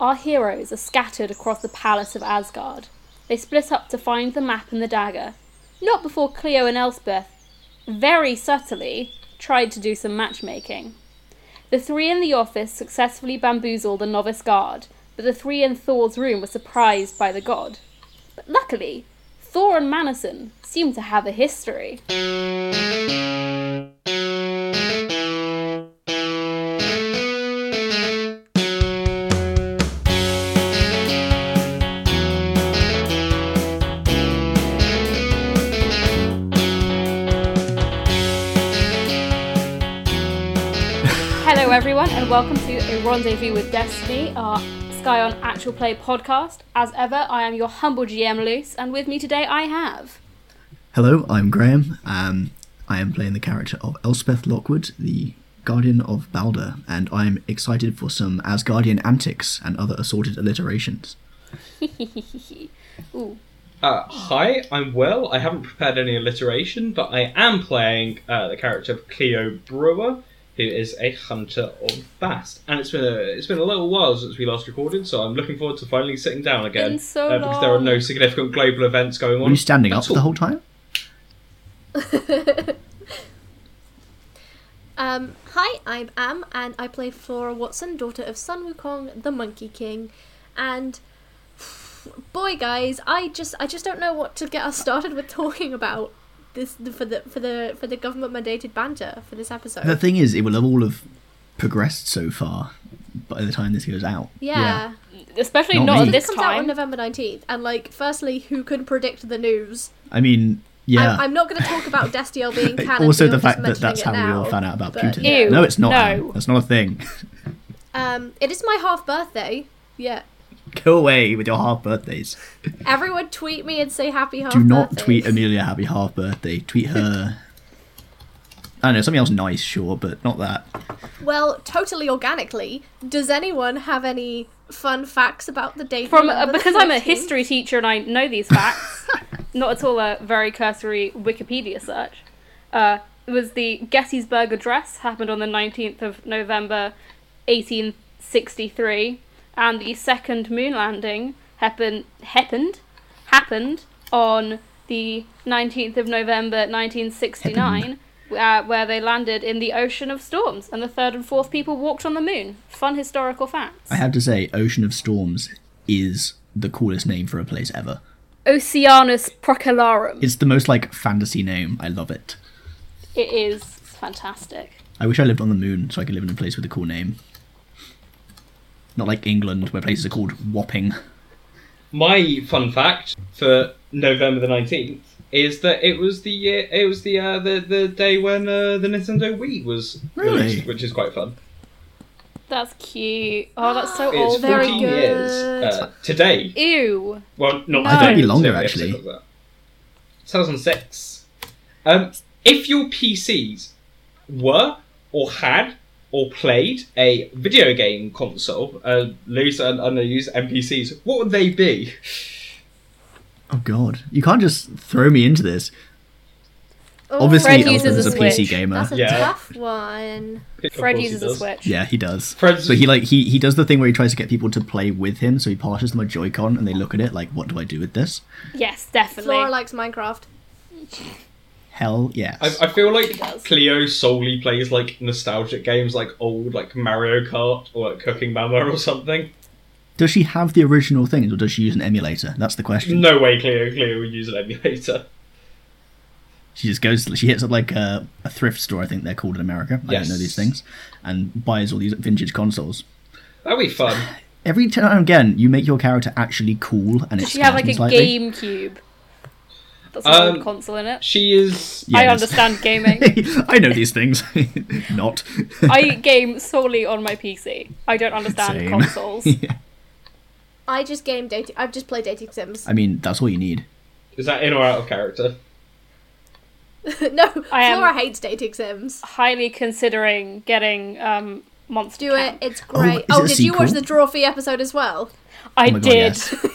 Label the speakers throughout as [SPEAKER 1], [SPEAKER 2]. [SPEAKER 1] Our heroes are scattered across the palace of Asgard. They split up to find the map and the dagger, not before Cleo and Elspeth, very subtly, tried to do some matchmaking. The three in the office successfully bamboozled the novice guard, but the three in Thor's room were surprised by the god. But luckily, Thor and Manison seem to have a history. Hello, everyone, and welcome to A Rendezvous with Destiny, our Sky on Actual Play podcast. As ever, I am your humble GM, Luce, and with me today I have.
[SPEAKER 2] Hello, I'm Graham. Um, I am playing the character of Elspeth Lockwood, the Guardian of Balder, and I'm excited for some Asgardian antics and other assorted alliterations.
[SPEAKER 1] Ooh,
[SPEAKER 3] Uh, hi, I'm Will. I haven't prepared any alliteration, but I am playing uh, the character of Cleo Brewer, who is a hunter of Bast. And it's been a it's been a little while since we last recorded, so I'm looking forward to finally sitting down again.
[SPEAKER 1] Been so
[SPEAKER 3] uh, because there are
[SPEAKER 1] long.
[SPEAKER 3] no significant global events going on.
[SPEAKER 2] Were you standing up
[SPEAKER 3] That's all.
[SPEAKER 2] the whole time?
[SPEAKER 4] Um, hi, I'm Am, and I play Flora Watson, daughter of Sun Wukong, the Monkey King. And boy, guys, I just I just don't know what to get us started with talking about this for the for the for the government mandated banter for this episode.
[SPEAKER 2] The thing is, it will have all have progressed so far by the time this goes out.
[SPEAKER 4] yeah.
[SPEAKER 1] especially
[SPEAKER 2] Not
[SPEAKER 1] not,
[SPEAKER 2] me.
[SPEAKER 1] at this
[SPEAKER 2] This
[SPEAKER 4] comes out on
[SPEAKER 1] time.
[SPEAKER 4] November 19th, and like, firstly, who can predict the news?
[SPEAKER 2] I mean, yeah. Uh,
[SPEAKER 4] I'm, I'm not going to talk about Destiel being canon.
[SPEAKER 2] also,
[SPEAKER 4] beyond
[SPEAKER 2] the fact
[SPEAKER 4] just
[SPEAKER 2] that
[SPEAKER 4] mentioning
[SPEAKER 2] that's
[SPEAKER 4] it
[SPEAKER 2] how we
[SPEAKER 4] now,
[SPEAKER 2] all found out about
[SPEAKER 4] but-
[SPEAKER 2] Putin.
[SPEAKER 1] Ew,
[SPEAKER 2] no, it's not.
[SPEAKER 1] no.
[SPEAKER 2] That's not a thing.
[SPEAKER 4] Um, it is my half birthday. Yeah,
[SPEAKER 2] Go away with your half birthdays.
[SPEAKER 4] Everyone tweet me and say happy half
[SPEAKER 2] Do not
[SPEAKER 4] birthday.
[SPEAKER 2] tweet Amelia happy half birthday. Tweet her. I don't know something else nice, sure, but not that.
[SPEAKER 4] Well, totally organically, does anyone have any fun facts about the date?
[SPEAKER 1] From uh,
[SPEAKER 4] November
[SPEAKER 1] because I'm a
[SPEAKER 4] 13th?
[SPEAKER 1] history teacher and I know these facts, not at all a very cursory Wikipedia search. Uh, it was the Gettysburg Address happened on the 19th of November, 1863, and the second moon landing happen- happened happened on the 19th of November, 1969. Uh, where they landed in the ocean of storms, and the third and fourth people walked on the moon. Fun historical facts.
[SPEAKER 2] I have to say, Ocean of Storms is the coolest name for a place ever.
[SPEAKER 1] Oceanus Procellarum.
[SPEAKER 2] It's the most like fantasy name. I love it.
[SPEAKER 1] It is fantastic.
[SPEAKER 2] I wish I lived on the moon so I could live in a place with a cool name. Not like England, where places are called Wapping.
[SPEAKER 3] My fun fact for November the nineteenth is that it was the year, it was the uh, the the day when uh, the Nintendo Wii was
[SPEAKER 2] Really?
[SPEAKER 3] released, which is quite fun.
[SPEAKER 1] That's cute. Oh, that's so
[SPEAKER 3] It's
[SPEAKER 1] old.
[SPEAKER 4] very
[SPEAKER 3] 14
[SPEAKER 4] good.
[SPEAKER 3] years uh, today.
[SPEAKER 1] Ew.
[SPEAKER 3] Well, not
[SPEAKER 1] No.
[SPEAKER 3] today,
[SPEAKER 1] I think it'd
[SPEAKER 2] be longer,
[SPEAKER 3] so the
[SPEAKER 2] actually.
[SPEAKER 3] episode was out. 2006. Um, if your PCs were or had or played a video game console, uh, loose and unused NPCs, what would they be?
[SPEAKER 2] Oh god, you can't just throw me into this.
[SPEAKER 4] Oh,
[SPEAKER 2] Obviously,
[SPEAKER 1] Fred
[SPEAKER 2] Elspeth's
[SPEAKER 1] uses
[SPEAKER 2] a,
[SPEAKER 1] a
[SPEAKER 2] PC
[SPEAKER 1] Switch.
[SPEAKER 2] gamer.
[SPEAKER 4] That's a
[SPEAKER 3] Yeah.
[SPEAKER 4] tough one.
[SPEAKER 3] Of
[SPEAKER 1] Fred
[SPEAKER 3] course he
[SPEAKER 1] uses a
[SPEAKER 3] does.
[SPEAKER 1] switch.
[SPEAKER 2] yeah, he does.
[SPEAKER 3] Fred's
[SPEAKER 2] So he like he he does the thing where he tries to get people to play with him. So he passes them a Joy-Con and they look at it like, "What do I do with this?"
[SPEAKER 1] Yes, definitely.
[SPEAKER 4] Flora likes Minecraft.
[SPEAKER 2] Hell yes.
[SPEAKER 3] I, I feel like
[SPEAKER 1] does.
[SPEAKER 3] Cleo solely plays like nostalgic games, like old, like Mario Kart or like Cooking Mama or something.
[SPEAKER 2] Does she have the original things, or does she use an emulator? That's the question.
[SPEAKER 3] No way, Cleo. Cleo will use an emulator.
[SPEAKER 2] She just goes. She hits up like a, a thrift store. I think they're called in America. I don't know these
[SPEAKER 3] Yes.
[SPEAKER 2] things, and buys all these vintage consoles.
[SPEAKER 3] That'd be fun.
[SPEAKER 2] Every time and again, you make your character actually cool, and
[SPEAKER 1] Does
[SPEAKER 2] it's
[SPEAKER 1] she have like a
[SPEAKER 2] slightly.
[SPEAKER 1] GameCube? That's an
[SPEAKER 3] Um,
[SPEAKER 1] old console in it.
[SPEAKER 3] She is
[SPEAKER 1] I
[SPEAKER 2] Yes.
[SPEAKER 1] understand gaming.
[SPEAKER 2] I know these things. Not.
[SPEAKER 1] I game solely on my PC. I don't understand
[SPEAKER 2] Same.
[SPEAKER 1] consoles.
[SPEAKER 4] I just game dating. I've just played dating sims.
[SPEAKER 2] I mean, that's all you need.
[SPEAKER 3] is that in or out of character?
[SPEAKER 4] no,
[SPEAKER 1] I am-
[SPEAKER 4] Flora hates dating sims.
[SPEAKER 1] Highly considering getting um, Monster
[SPEAKER 4] Do it.
[SPEAKER 1] Camp.
[SPEAKER 4] It's great.
[SPEAKER 2] Oh, is
[SPEAKER 4] Oh,
[SPEAKER 2] it a
[SPEAKER 4] did you watch the
[SPEAKER 2] sequel?
[SPEAKER 4] Drawfee episode as well?
[SPEAKER 1] I
[SPEAKER 2] Oh my God,
[SPEAKER 1] did.
[SPEAKER 2] yes.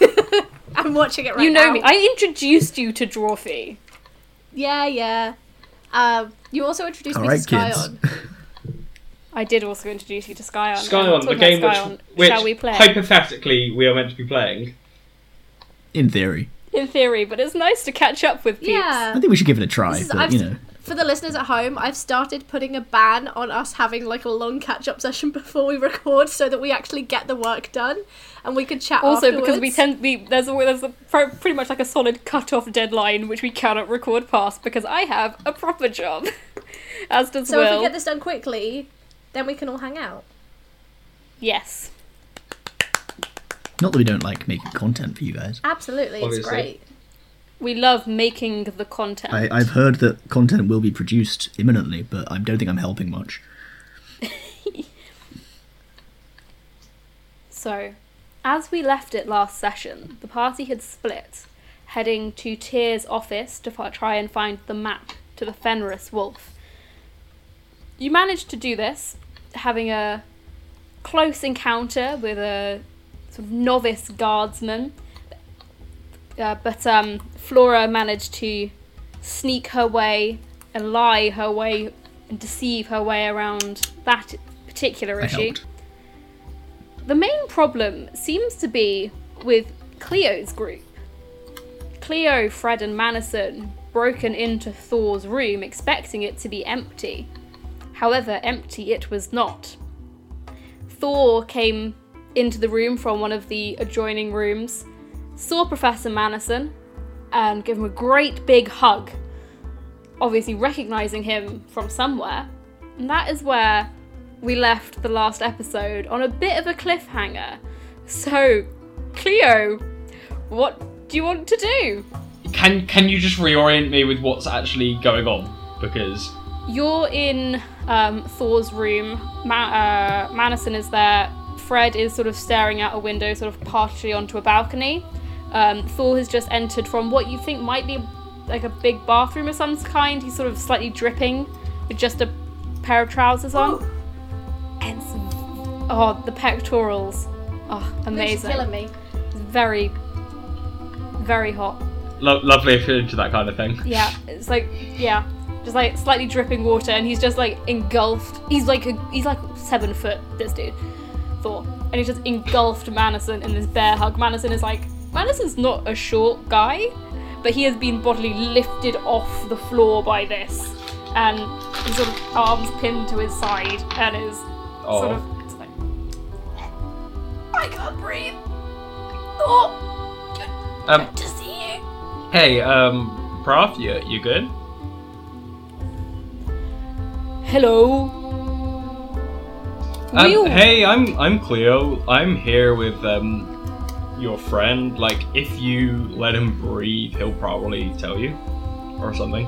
[SPEAKER 4] I'm watching it right
[SPEAKER 1] You know
[SPEAKER 4] now.
[SPEAKER 1] me. I introduced you to Drawfee.
[SPEAKER 4] Yeah, yeah. Um, you also introduced
[SPEAKER 2] All
[SPEAKER 4] me
[SPEAKER 2] right,
[SPEAKER 4] to Skyon.
[SPEAKER 2] kids.
[SPEAKER 1] I did also introduce you to Sky On. uh,
[SPEAKER 3] Skyon, the game which, which
[SPEAKER 1] shall we play?
[SPEAKER 3] hypothetically we are meant to be playing.
[SPEAKER 2] In theory,
[SPEAKER 1] in theory, but it's nice to catch up with peeps.
[SPEAKER 4] Yeah.
[SPEAKER 2] I think we should give it a try.
[SPEAKER 4] This is-
[SPEAKER 2] but
[SPEAKER 4] I've
[SPEAKER 2] you
[SPEAKER 4] s-
[SPEAKER 2] know,
[SPEAKER 4] For the listeners at home, I've started putting a ban on us having like a long catch-up session before we record, so that we actually get the work done, and we can chat.
[SPEAKER 1] Also,
[SPEAKER 4] afterwards.
[SPEAKER 1] because we tend we there's a, there's a, pro- pretty much like a solid cut off deadline which we cannot record past because I have a proper job, as does
[SPEAKER 4] So if
[SPEAKER 1] Will.
[SPEAKER 4] we get this done quickly, then we can all hang out.
[SPEAKER 1] yes,
[SPEAKER 2] not that we don't like making content for you guys.
[SPEAKER 4] Absolutely, it's
[SPEAKER 3] Obviously.
[SPEAKER 4] great.
[SPEAKER 1] we love making the content.
[SPEAKER 2] I, I've heard that content will be produced imminently, but I don't think I'm helping much.
[SPEAKER 1] So, as we left it last session, the party had split, heading to Tyr's office to fi- try and find the map to the Fenris Wolf. You managed to do this, having a close encounter with a sort of novice guardsman, uh, but um, Flora managed to sneak her way and lie her way and deceive her way around that particular
[SPEAKER 2] I
[SPEAKER 1] issue.
[SPEAKER 2] helped.
[SPEAKER 1] The main problem seems to be with Cleo's group. Cleo, Fred, and Manison broken into Thor's room expecting it to be empty. However, empty it was not. Thor came into the room from one of the adjoining rooms, saw Professor Manison, and gave him a great big hug, obviously recognizing him from somewhere. And that is where we left the last episode on a bit of a cliffhanger. So, Cleo, what do you want to do?
[SPEAKER 3] Can can you just reorient me with what's actually going on? Because
[SPEAKER 1] You're in um, Thor's room. Ma- uh, Manison is there. Fred is sort of staring out a window, sort of partially onto a balcony. Um, Thor has just entered from what you think might be like a big bathroom of some kind. He's sort of slightly dripping with just a pair of trousers on. And some, oh, the pectorals. Oh,
[SPEAKER 4] Amazing.
[SPEAKER 1] amazing.
[SPEAKER 4] Killing me.
[SPEAKER 1] Very, very hot.
[SPEAKER 3] lo- lovely if you're into that kind of thing.
[SPEAKER 1] Yeah, it's like yeah, just like slightly dripping water, and he's just like engulfed. He's like a, he's like seven foot. This dude, Thor, and he's just engulfed Manison in this bear hug. Manison is like Manison's not a short guy, but he has been bodily lifted off the floor by this, and his sort of arms pinned to his side, and is sort
[SPEAKER 3] Oh.
[SPEAKER 1] of it's like I can't breathe. Thor,
[SPEAKER 3] Um,
[SPEAKER 1] to see you.
[SPEAKER 3] hey, um, Prof, you you good?
[SPEAKER 1] Hello.
[SPEAKER 3] Um,
[SPEAKER 1] Will.
[SPEAKER 3] hey, I'm I'm Cleo. I'm here with um your friend. Like, if you let him breathe, he'll probably tell you or something.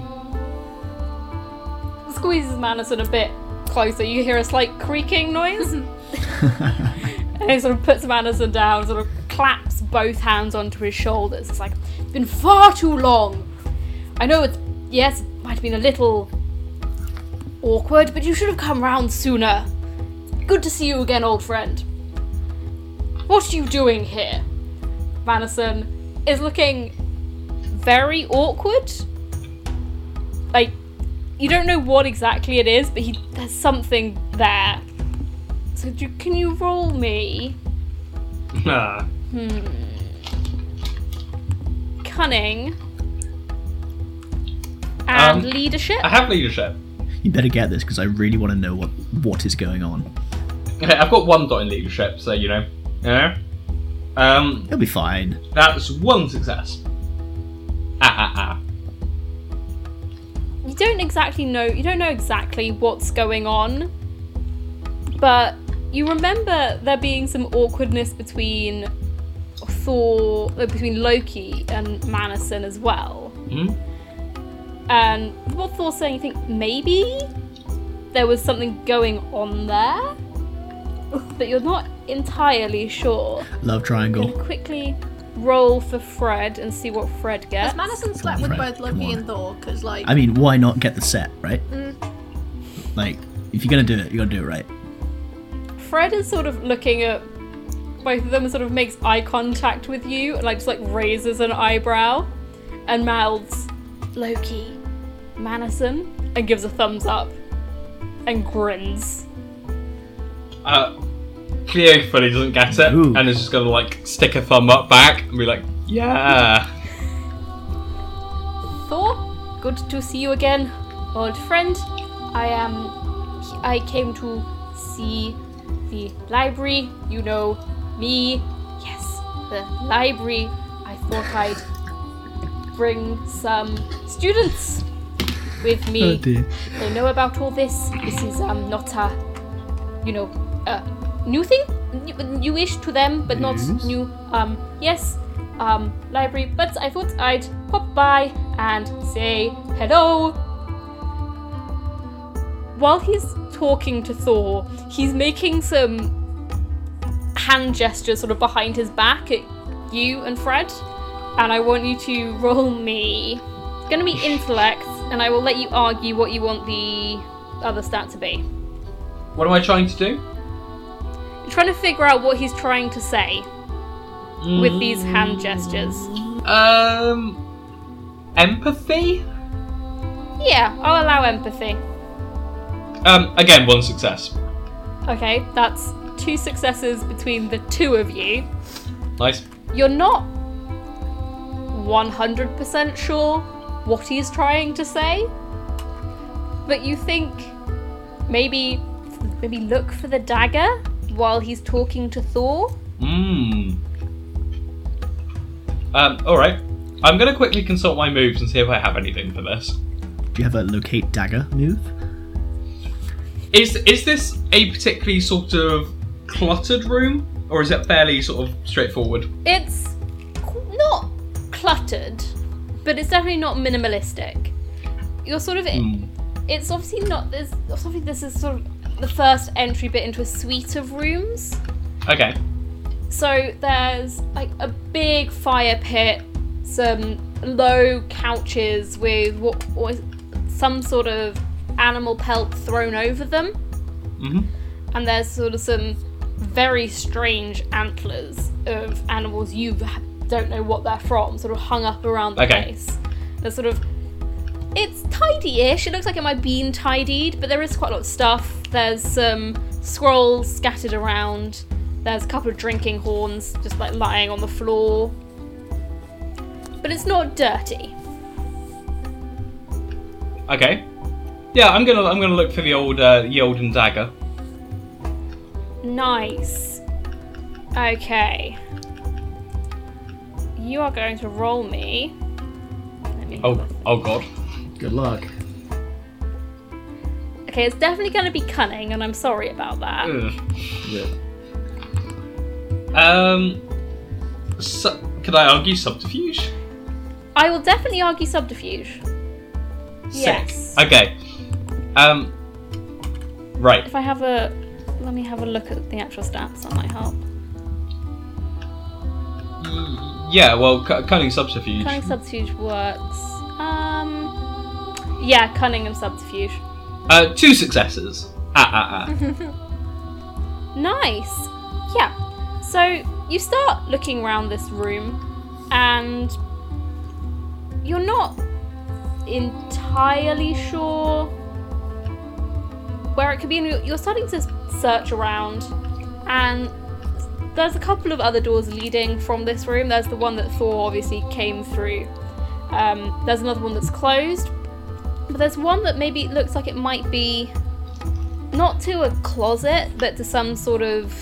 [SPEAKER 1] squeezes Manison a bit closer. You hear a slight creaking noise. and he sort of puts Manison down, sort of claps both hands onto his shoulders. It's like, it's been far too long. I know it's, yes, it might have been a little awkward, but you should have come round sooner. Good to see you again, old friend. What are you doing here? Manison is looking very awkward. Like, you don't know what exactly it is, but he there's something there. So do, can you roll me
[SPEAKER 3] Ah,
[SPEAKER 1] cunning and
[SPEAKER 3] Um,
[SPEAKER 1] leadership?
[SPEAKER 3] I have leadership.
[SPEAKER 2] You better get this because I really want to know what what is going on.
[SPEAKER 3] Okay, I've got one dot in leadership, so you know. Yeah. Um,
[SPEAKER 2] It'll be fine.
[SPEAKER 3] that's one success. Ah ah
[SPEAKER 1] you don't exactly know. You don't know exactly what's going on, but you remember there being some awkwardness between Thor, uh, between Loki and Manison as well.
[SPEAKER 3] ah. Hmm?
[SPEAKER 1] And what Thor's saying, you think maybe there was something going on there, but you're not entirely sure. Gonna
[SPEAKER 2] Love triangle.
[SPEAKER 1] quickly roll for Fred and see what Fred
[SPEAKER 4] Has
[SPEAKER 1] gets.
[SPEAKER 4] Madison slept with
[SPEAKER 2] Right,
[SPEAKER 4] both
[SPEAKER 2] come
[SPEAKER 4] Loki
[SPEAKER 2] on.
[SPEAKER 4] and Thor? Because like,
[SPEAKER 2] I mean, why not get the set right?
[SPEAKER 4] Mm.
[SPEAKER 2] Like, if you're gonna do it, you gotta do it right.
[SPEAKER 1] Fred is sort of looking at both of them and sort of makes eye contact with you and like just like raises an eyebrow and mouths Loki, Manison, and gives a thumbs up and grins.
[SPEAKER 3] Uh, Cleo fully doesn't get it
[SPEAKER 2] Ooh.
[SPEAKER 3] and is just gonna like stick her thumb up back and be like, yeah.
[SPEAKER 1] Thor, good to see you again, old friend. I am. I came to see the library. You know me. Yes, the library. I thought I'd bring some students with me.
[SPEAKER 2] Oh, dear.
[SPEAKER 1] They know about all this. This is um not a, you know, a new thing, new- newish to them, but not
[SPEAKER 2] Yes.
[SPEAKER 1] new. Um, yes, um, library. But I thought I'd pop by and say hello. While he's talking to Thor, he's making some hand gestures sort of behind his back at you and Fred, and I want you to roll me. It's going to be intellect, and I will let you argue what you want the other stat to be.
[SPEAKER 3] What am I trying to do?
[SPEAKER 1] You're trying to figure out what he's trying to say with these hand gestures.
[SPEAKER 3] Um, empathy.
[SPEAKER 1] Yeah, I'll allow empathy.
[SPEAKER 3] Um, again, one success.
[SPEAKER 1] Okay, that's two successes between the two of you.
[SPEAKER 3] Nice.
[SPEAKER 1] You're not 100% sure what he's trying to say, but you think maybe maybe look for the dagger while he's talking to Thor.
[SPEAKER 3] Mmm. Um, all right. I'm gonna quickly consult my moves and see if I have anything for this.
[SPEAKER 2] Do you have a locate dagger move?
[SPEAKER 3] Is is this a particularly sort of cluttered room, or is it fairly sort of straightforward?
[SPEAKER 1] It's qu- not cluttered, but it's definitely not minimalistic. You're sort of
[SPEAKER 3] Hmm.
[SPEAKER 1] it's obviously not there's obviously this is sort of the first entry bit into a suite of rooms.
[SPEAKER 3] Okay.
[SPEAKER 1] So there's like a big fire pit, some low couches with what was some sort of animal pelt thrown over them,
[SPEAKER 3] hmm
[SPEAKER 1] and there's sort of some very strange antlers of animals you ha- don't know what they're from, sort of hung up around the
[SPEAKER 3] Okay.
[SPEAKER 1] place. They're sort of it's tidy-ish. It looks like it might have been tidied, but there is quite a lot of stuff. There's some scrolls scattered around. There's a couple of drinking horns just like lying on the floor. But it's not dirty.
[SPEAKER 3] Okay. Yeah, I'm gonna I'm gonna look for the old uh, the olden dagger.
[SPEAKER 1] Nice. Okay. You are going to roll me. Let me.
[SPEAKER 3] Oh oh god.
[SPEAKER 2] Good luck.
[SPEAKER 1] Okay, it's definitely going to be cunning, and I'm sorry about that.
[SPEAKER 3] Ugh.
[SPEAKER 2] Yeah.
[SPEAKER 3] Um, su- could I argue subterfuge?
[SPEAKER 1] I will definitely argue subterfuge. Yes.
[SPEAKER 3] Okay. Um. Right.
[SPEAKER 1] If I have a. Let me have a look at the actual stats, that might help.
[SPEAKER 3] Yeah. Well, cu- cunning subterfuge.
[SPEAKER 1] Cunning subterfuge works. Um. Yeah, cunning and subterfuge.
[SPEAKER 3] Uh, two successes. Ah ah ah.
[SPEAKER 1] Nice. Yeah. So you start looking around this room, and you're not entirely sure where it could be. And you're- you're starting to search around, and there's a couple of other doors leading from this room. There's the one that Thor obviously came through. Um, there's another one that's closed, but there's one that maybe looks like it might be not to a closet, but to some sort of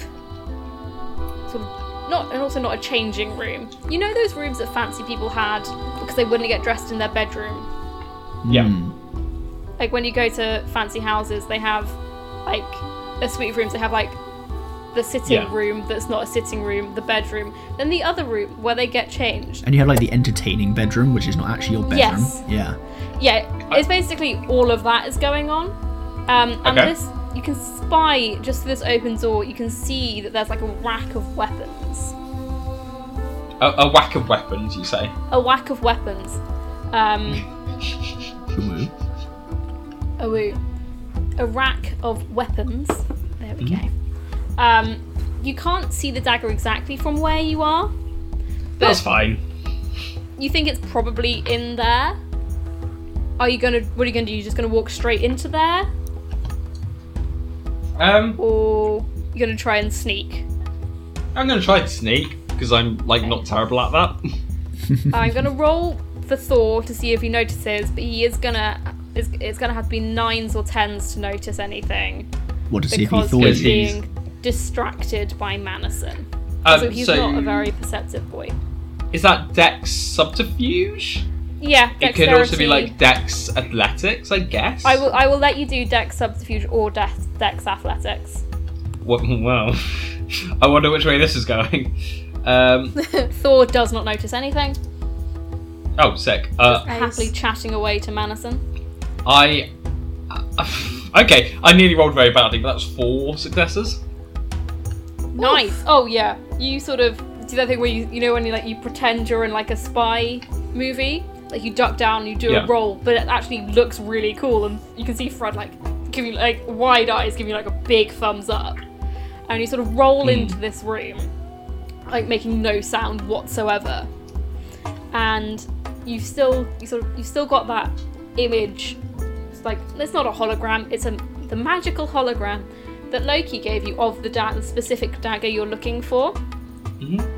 [SPEAKER 1] sort of not and also not a changing room. You know those rooms that fancy people had because they wouldn't get dressed in their bedroom.
[SPEAKER 3] Yeah.
[SPEAKER 1] Like when you go to fancy houses, they have like a suite of rooms. They have like the sitting
[SPEAKER 3] Yeah.
[SPEAKER 1] room that's not a sitting room, the bedroom, then the other room where they get changed.
[SPEAKER 2] And you have like the entertaining bedroom, which is not actually your bedroom.
[SPEAKER 1] Yes.
[SPEAKER 2] Yeah.
[SPEAKER 1] yeah, it's basically all of that is going on. Um, and
[SPEAKER 3] Okay.
[SPEAKER 1] this, you can spy just through this open door. You can see that there's like a rack of weapons, Mm-hmm.
[SPEAKER 3] A, a whack of weapons, you say?
[SPEAKER 1] a whack of weapons. Um,
[SPEAKER 2] Ooh.
[SPEAKER 1] a woo, a rack of weapons. There we go.
[SPEAKER 3] Mm-hmm.
[SPEAKER 1] Um, you can't see the dagger exactly from where you are.
[SPEAKER 3] That's fine.
[SPEAKER 1] You think it's probably in there. Are you gonna? What are you gonna do? You just gonna walk straight into there,
[SPEAKER 3] Um.
[SPEAKER 1] or You're gonna try and sneak.
[SPEAKER 3] I'm going to try and sneak because I'm like not terrible at that.
[SPEAKER 1] I'm gonna roll for Thor to see if he notices, but he is gonna. It's, it's gonna have to be nines or tens to notice anything
[SPEAKER 2] What to see if he
[SPEAKER 1] because
[SPEAKER 2] thought
[SPEAKER 1] he's
[SPEAKER 2] it?
[SPEAKER 3] Because he's-
[SPEAKER 1] being distracted by Manison.
[SPEAKER 3] Um,
[SPEAKER 1] so he's not a very perceptive boy.
[SPEAKER 3] Is that Dex subterfuge?
[SPEAKER 1] Yeah,
[SPEAKER 3] It could also be
[SPEAKER 1] dexterity.
[SPEAKER 3] like Dex athletics, I guess.
[SPEAKER 1] I will. I will let you do Dex subterfuge or Dex, dex athletics.
[SPEAKER 3] Wha- Well, I wonder which way this is going. Um,
[SPEAKER 1] Thor does not notice anything.
[SPEAKER 3] oh, sick. Uh,
[SPEAKER 4] Nice.
[SPEAKER 1] Happily chatting away to Manison.
[SPEAKER 3] I. okay, I nearly rolled very badly, but that's four successes.
[SPEAKER 1] Nice. Oh yeah. You sort of do that thing where you you know when you like you pretend you're in like a spy movie, like you duck down, you do
[SPEAKER 3] Yeah.
[SPEAKER 1] a roll, but it actually looks really cool, and you can see Fred like give you like wide eyes, giving you like a big thumbs up, and you sort of roll into this room, like making no sound whatsoever, and you've still you sort of you've still got that image it's like it's not a hologram it's a the magical hologram that loki gave you of the, da- the specific dagger you're looking for
[SPEAKER 3] Mm-hmm.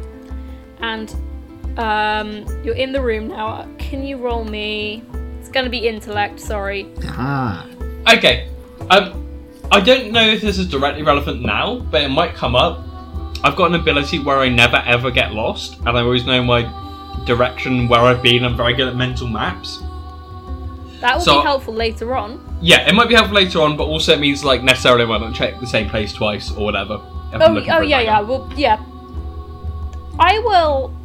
[SPEAKER 1] and um, you're in the room now can you roll me it's going to be intellect sorry
[SPEAKER 2] Ah,
[SPEAKER 3] Okay, um, I don't know if this is directly relevant now, but it might come up. I've got an ability where I never ever get lost, and I always know my direction, where I've been. I'm very good at mental maps.
[SPEAKER 1] that will
[SPEAKER 3] So-
[SPEAKER 1] be helpful later on
[SPEAKER 3] Yeah, it might be helpful later on, but also it means like necessarily I don't check the same place twice or whatever. if I'm
[SPEAKER 1] oh,
[SPEAKER 3] looking
[SPEAKER 1] oh
[SPEAKER 3] for it
[SPEAKER 1] yeah
[SPEAKER 3] back
[SPEAKER 1] yeah
[SPEAKER 3] up.
[SPEAKER 1] well yeah i will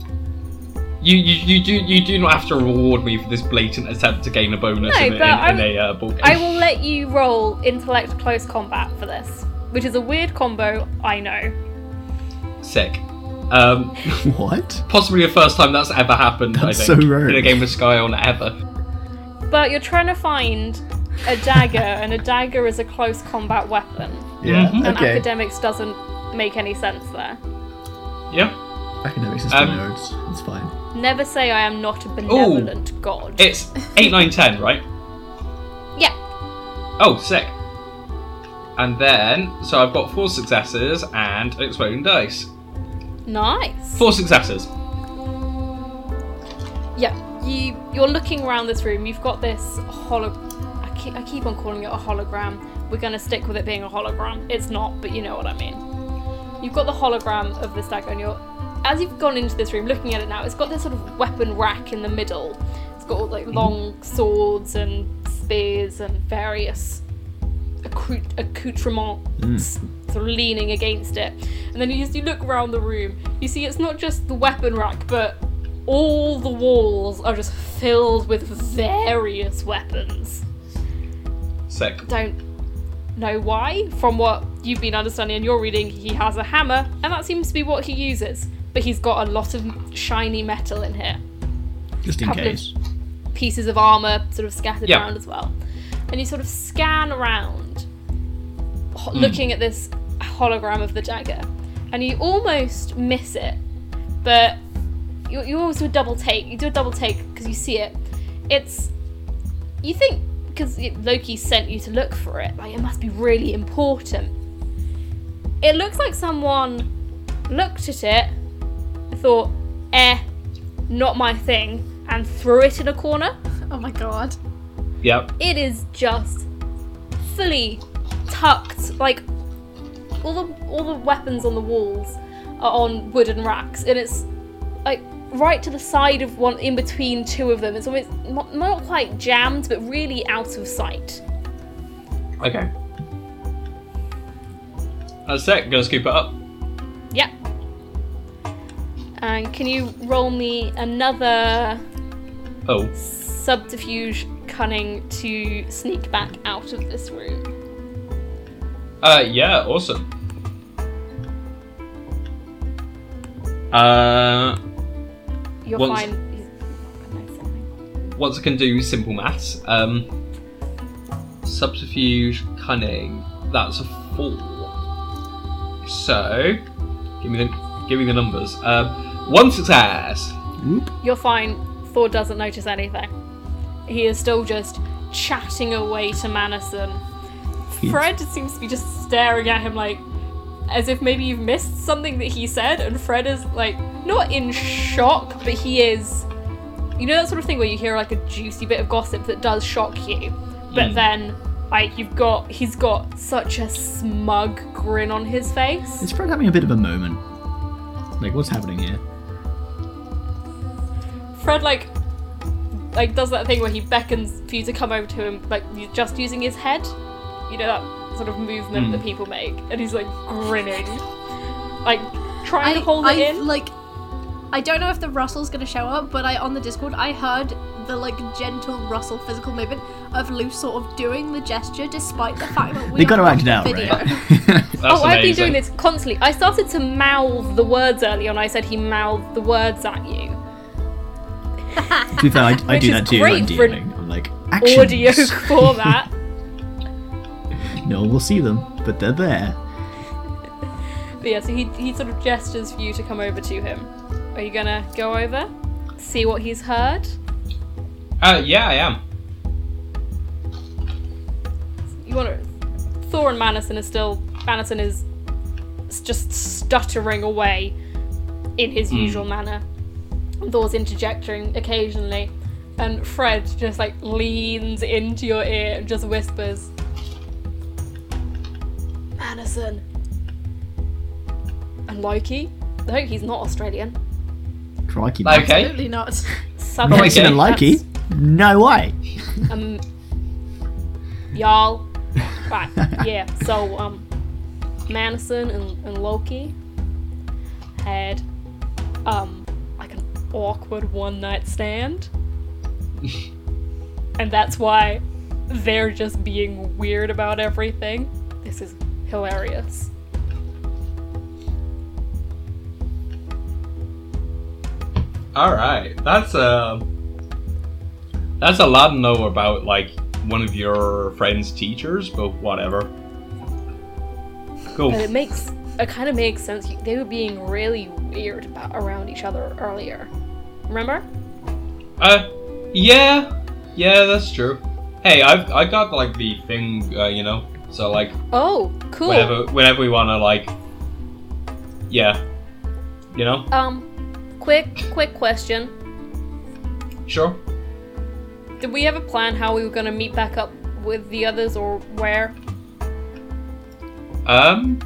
[SPEAKER 3] You, you you do you do not have to reward me for this blatant attempt to gain a bonus
[SPEAKER 1] No,
[SPEAKER 3] in, in,
[SPEAKER 1] but I'm-
[SPEAKER 3] in a uh, ball game.
[SPEAKER 1] i will let you roll intellect close combat for this which is a weird combo i know
[SPEAKER 3] Sick. Um,
[SPEAKER 2] what?
[SPEAKER 3] possibly the first time that's ever happened. I
[SPEAKER 2] That's
[SPEAKER 3] think
[SPEAKER 2] so rare.
[SPEAKER 3] in a game with Sky on ever.
[SPEAKER 1] But you're trying to find a dagger, and a dagger is a close combat weapon.
[SPEAKER 2] Yeah.
[SPEAKER 1] And
[SPEAKER 2] Okay.
[SPEAKER 1] academics doesn't make any sense there.
[SPEAKER 3] Yeah.
[SPEAKER 2] Academics is for
[SPEAKER 3] Um,
[SPEAKER 2] nerds. It's fine.
[SPEAKER 1] Never say I am not a benevolent god.
[SPEAKER 3] It's 8, 9, 10, right?
[SPEAKER 1] yeah.
[SPEAKER 3] Oh, sick. And then, so I've got four successes and an exploding dice.
[SPEAKER 1] Nice.
[SPEAKER 3] Four successes.
[SPEAKER 1] Yeah. You you're looking around this room. You've got this holo. I keep, I keep on calling it a hologram. We're gonna stick with it being a hologram. It's not, but you know what I mean. You've got the hologram of this dagger, and you're as you've gone into this room, looking at it now. It's got this sort of weapon rack in the middle. It's got all, like long swords and spears and various accru- accoutrements sort of leaning against it. And then you just you look around the room, you see it's not just the weapon rack, but all the walls are just filled with various weapons.
[SPEAKER 3] Sick.
[SPEAKER 1] Don't know why. From what you've been understanding and you're reading, he has a hammer, and that seems to be what he uses. But he's got a lot of shiny metal in here
[SPEAKER 2] Just in
[SPEAKER 1] couple of-
[SPEAKER 2] case.
[SPEAKER 1] pieces of armor sort of scattered
[SPEAKER 3] Yeah.
[SPEAKER 1] around as well. And you sort of scan around, ho- looking at this hologram of the dagger, and you almost miss it, but you, you always do a double take. You do a double take because you see it. It's you think because Loki sent you to look for it, like it must be really important. It looks like someone looked at it, thought, "Eh, not my thing," and threw it in a corner.
[SPEAKER 4] Oh my god.
[SPEAKER 3] Yep.
[SPEAKER 1] It is just fully tucked, like all the all the weapons on the walls are on wooden racks, and it's like right to the side of one, in between two of them. It's almost not, not quite jammed, but really out of sight.
[SPEAKER 3] Okay. That's sick. Gonna scoop it up.
[SPEAKER 1] Yep. And can you roll me another
[SPEAKER 3] Oh.
[SPEAKER 1] subterfuge cunning to sneak back out of this room?
[SPEAKER 3] Uh, yeah, awesome. Uh,
[SPEAKER 1] You're
[SPEAKER 3] Once-
[SPEAKER 1] fine. he's- I don't know, something.
[SPEAKER 3] once I can do simple maths, um, subterfuge, cunning, that's a four. So, give me the, give me the numbers. Um, one success.
[SPEAKER 2] Oop.
[SPEAKER 1] You're fine. Thor doesn't notice anything. He is still just chatting away to Manison. Fred seems to be just staring at him like, as if maybe you've missed something that he said, and Fred is like not in shock, but he is. You know that sort of thing where you hear like a juicy bit of gossip that does shock you, but then like you've got he's got such a smug grin on his face.
[SPEAKER 2] Is Fred having a bit of a moment? Like, what's happening here?
[SPEAKER 1] Fred like like does that thing where he beckons for you to come over to him, like u- just using his head. You know that sort of movement that people make, and he's like grinning, like trying to hold
[SPEAKER 4] I,
[SPEAKER 1] it in.
[SPEAKER 4] like I don't know if the Russell's gonna show up, but I on the Discord I heard the like gentle Russell physical movement of Lou sort of doing the gesture despite the fact that we
[SPEAKER 2] They gotta
[SPEAKER 4] are
[SPEAKER 2] act it out,
[SPEAKER 4] video.
[SPEAKER 2] right?
[SPEAKER 1] oh, I've been doing this constantly. I started to mouth the words earlier, and I said he mouthed the words at you.
[SPEAKER 2] to be fair, I, I
[SPEAKER 1] Which
[SPEAKER 2] do
[SPEAKER 1] is
[SPEAKER 2] that too.
[SPEAKER 1] great
[SPEAKER 2] I'm
[SPEAKER 1] for an
[SPEAKER 2] DMing. I'm like, actions.
[SPEAKER 1] Audio format.
[SPEAKER 2] No one will see them, but they're there.
[SPEAKER 1] but yeah, so he he sort of gestures for you to come over to him. Are you gonna go over, see what he's heard?
[SPEAKER 3] Uh, yeah, I am.
[SPEAKER 1] you want to Thor and Manison are still Manison is s- just stuttering away in his usual manner. Thor's interjecting occasionally, and Fred just like leans into your ear and just whispers, "Manison." And Loki, no, he's not Australian.
[SPEAKER 2] Crikey. man.
[SPEAKER 3] Okay.
[SPEAKER 4] Absolutely not.
[SPEAKER 1] Southern.
[SPEAKER 2] Not seen a
[SPEAKER 3] Okay.
[SPEAKER 2] likey. No way.
[SPEAKER 1] That's, Um, y'all, right? Yeah. So um, Manison and, and Loki had um like an awkward one night stand, and that's why they're just being weird about everything. This is hilarious.
[SPEAKER 3] All right, that's a that's a lot to know about like one of your friend's teachers, but whatever. Cool.
[SPEAKER 1] But it makes it kind of makes sense. They were being really weird about around each other earlier. Remember?
[SPEAKER 3] Uh, yeah, yeah, that's true. Hey, I've I got like the thing, uh, you know. So like,
[SPEAKER 1] Oh, cool.
[SPEAKER 3] whenever whenever we wanna like, yeah, you know,
[SPEAKER 1] Um, quick, quick question.
[SPEAKER 3] sure.
[SPEAKER 1] Did we have a plan how we were gonna meet back up with the others or where?
[SPEAKER 3] Um,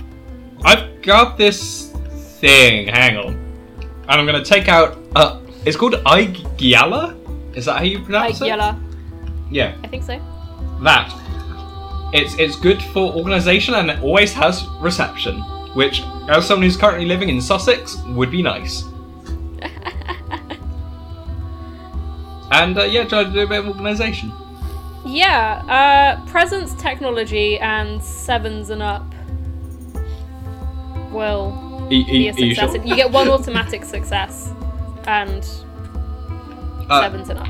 [SPEAKER 3] I've got this thing. Hang on, and I'm gonna take out. Uh, it's called Igiala. Is that how you
[SPEAKER 1] Like
[SPEAKER 3] pronounce it?
[SPEAKER 1] Yella,
[SPEAKER 3] Yeah,
[SPEAKER 1] I think so.
[SPEAKER 3] that. It's it's good for organisation and it always has reception, which, as someone who's currently living in Sussex, would be nice. and uh, yeah, try to do a bit of organisation.
[SPEAKER 1] Yeah, uh, presence, technology, and sevens and up will
[SPEAKER 3] Are, are-
[SPEAKER 1] be a
[SPEAKER 3] are you
[SPEAKER 1] success.
[SPEAKER 3] sure?
[SPEAKER 1] You get one automatic success and
[SPEAKER 3] Uh,
[SPEAKER 1] sevens and up.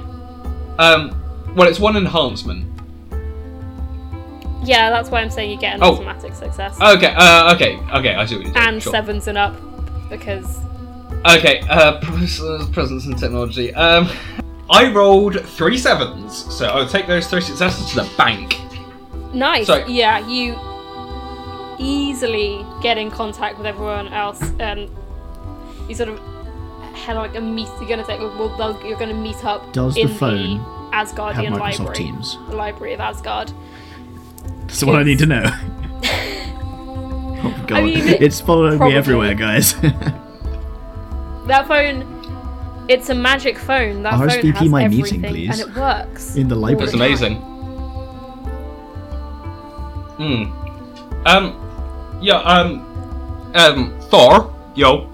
[SPEAKER 3] um, well, it's one enhancement.
[SPEAKER 1] Yeah, that's why I'm saying you get an
[SPEAKER 3] Oh.
[SPEAKER 1] automatic success
[SPEAKER 3] Okay, uh, okay, okay. I see what you're doing.
[SPEAKER 1] and
[SPEAKER 3] sure.
[SPEAKER 1] sevens and up because
[SPEAKER 3] Okay, uh, pres- presence and technology. Um, I rolled three sevens, so I'll take those three successes to the bank.
[SPEAKER 1] Nice.
[SPEAKER 3] So-
[SPEAKER 1] yeah, you easily get in contact with everyone else, and you sort of head like a meet. You're gonna take. Well, they'll- you're gonna meet up.
[SPEAKER 2] Does the
[SPEAKER 1] in
[SPEAKER 2] phone Have
[SPEAKER 1] Asgardian
[SPEAKER 2] Microsoft
[SPEAKER 1] library?
[SPEAKER 2] Teams.
[SPEAKER 1] The library of Asgard.
[SPEAKER 2] That's what I need to know. oh god,
[SPEAKER 1] mean,
[SPEAKER 2] it's following
[SPEAKER 1] probably.
[SPEAKER 2] me everywhere, guys.
[SPEAKER 1] That phone. It's a magic phone. That phone
[SPEAKER 2] RSVP
[SPEAKER 1] has
[SPEAKER 2] my
[SPEAKER 1] everything,
[SPEAKER 2] meeting, please.
[SPEAKER 1] and it works.
[SPEAKER 2] In the
[SPEAKER 1] all
[SPEAKER 2] library.
[SPEAKER 3] That's
[SPEAKER 1] time.
[SPEAKER 3] amazing. Hmm. Um. Yeah. Um. Um. Thor. Yo.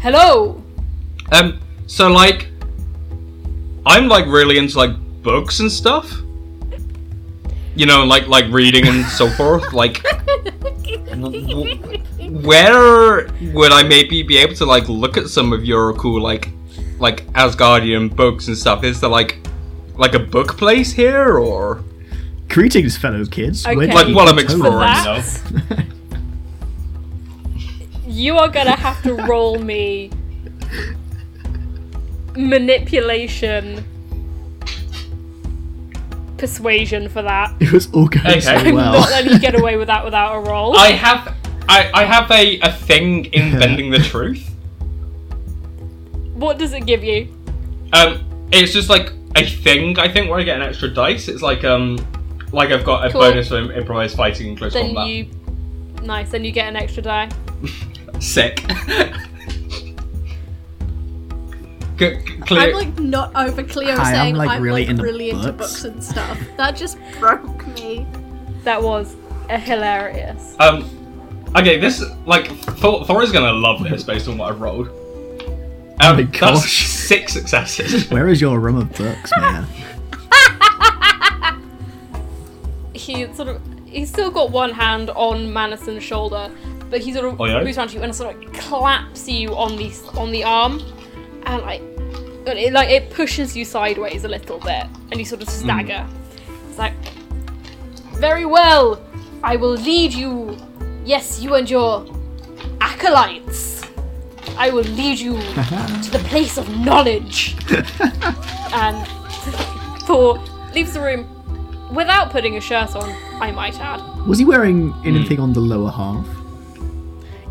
[SPEAKER 1] Hello.
[SPEAKER 3] Um. So like, I'm like really into like books and stuff. You know, like like reading and so forth. Like, w- w- where would I maybe be able to like look at some of your cool like like Asgardian books and stuff? Is there like like a book place here or?
[SPEAKER 2] Greetings, fellow kids. Where
[SPEAKER 1] Okay.
[SPEAKER 2] do
[SPEAKER 1] Like,
[SPEAKER 2] you
[SPEAKER 3] while I'm
[SPEAKER 2] go?
[SPEAKER 1] For
[SPEAKER 3] exploring. Boring,
[SPEAKER 1] that, you are gonna have to roll me manipulation persuasion for that.
[SPEAKER 2] It was all going
[SPEAKER 3] Okay.
[SPEAKER 2] so
[SPEAKER 1] I'm not
[SPEAKER 2] well.
[SPEAKER 1] letting you get away with that without a roll.
[SPEAKER 3] I have, I, I have a, a thing in bending the truth.
[SPEAKER 1] what does it give you?
[SPEAKER 3] Um, it's just like a thing. I think where I get an extra dice. It's like um, like I've got a
[SPEAKER 1] Cool.
[SPEAKER 3] bonus for improvised fighting in close
[SPEAKER 1] Then
[SPEAKER 3] combat.
[SPEAKER 1] you. Nice, then you get an extra die.
[SPEAKER 3] Sick. C- c-
[SPEAKER 4] I'm
[SPEAKER 3] clear.
[SPEAKER 4] like not over Cleo
[SPEAKER 2] Hi, I'm,
[SPEAKER 4] saying
[SPEAKER 2] like, really
[SPEAKER 4] like,
[SPEAKER 2] into
[SPEAKER 4] really into
[SPEAKER 2] books.
[SPEAKER 4] books and stuff. That just broke me.
[SPEAKER 1] That was a hilarious.
[SPEAKER 3] um, okay, this like Thor, Thor is gonna love this based on what I've rolled. Um,
[SPEAKER 2] Oh my
[SPEAKER 3] that's
[SPEAKER 2] gosh.
[SPEAKER 3] six successes.
[SPEAKER 2] Where is your room of books, man?
[SPEAKER 1] He sort of. He's still got one hand on Manison's shoulder, but he sort of
[SPEAKER 3] Oh, yeah?
[SPEAKER 1] moves around to you and sort of claps you on the on the arm, and like, and it like it pushes you sideways a little bit, and you sort
[SPEAKER 3] Hmm.
[SPEAKER 1] of stagger. It's like, very well, I will lead you. Yes, you and your acolytes. I will lead you to the place of knowledge. and Thor leaves the room without putting a shirt on, I might add.
[SPEAKER 2] Was he wearing anything
[SPEAKER 3] Hmm.
[SPEAKER 2] on the lower half?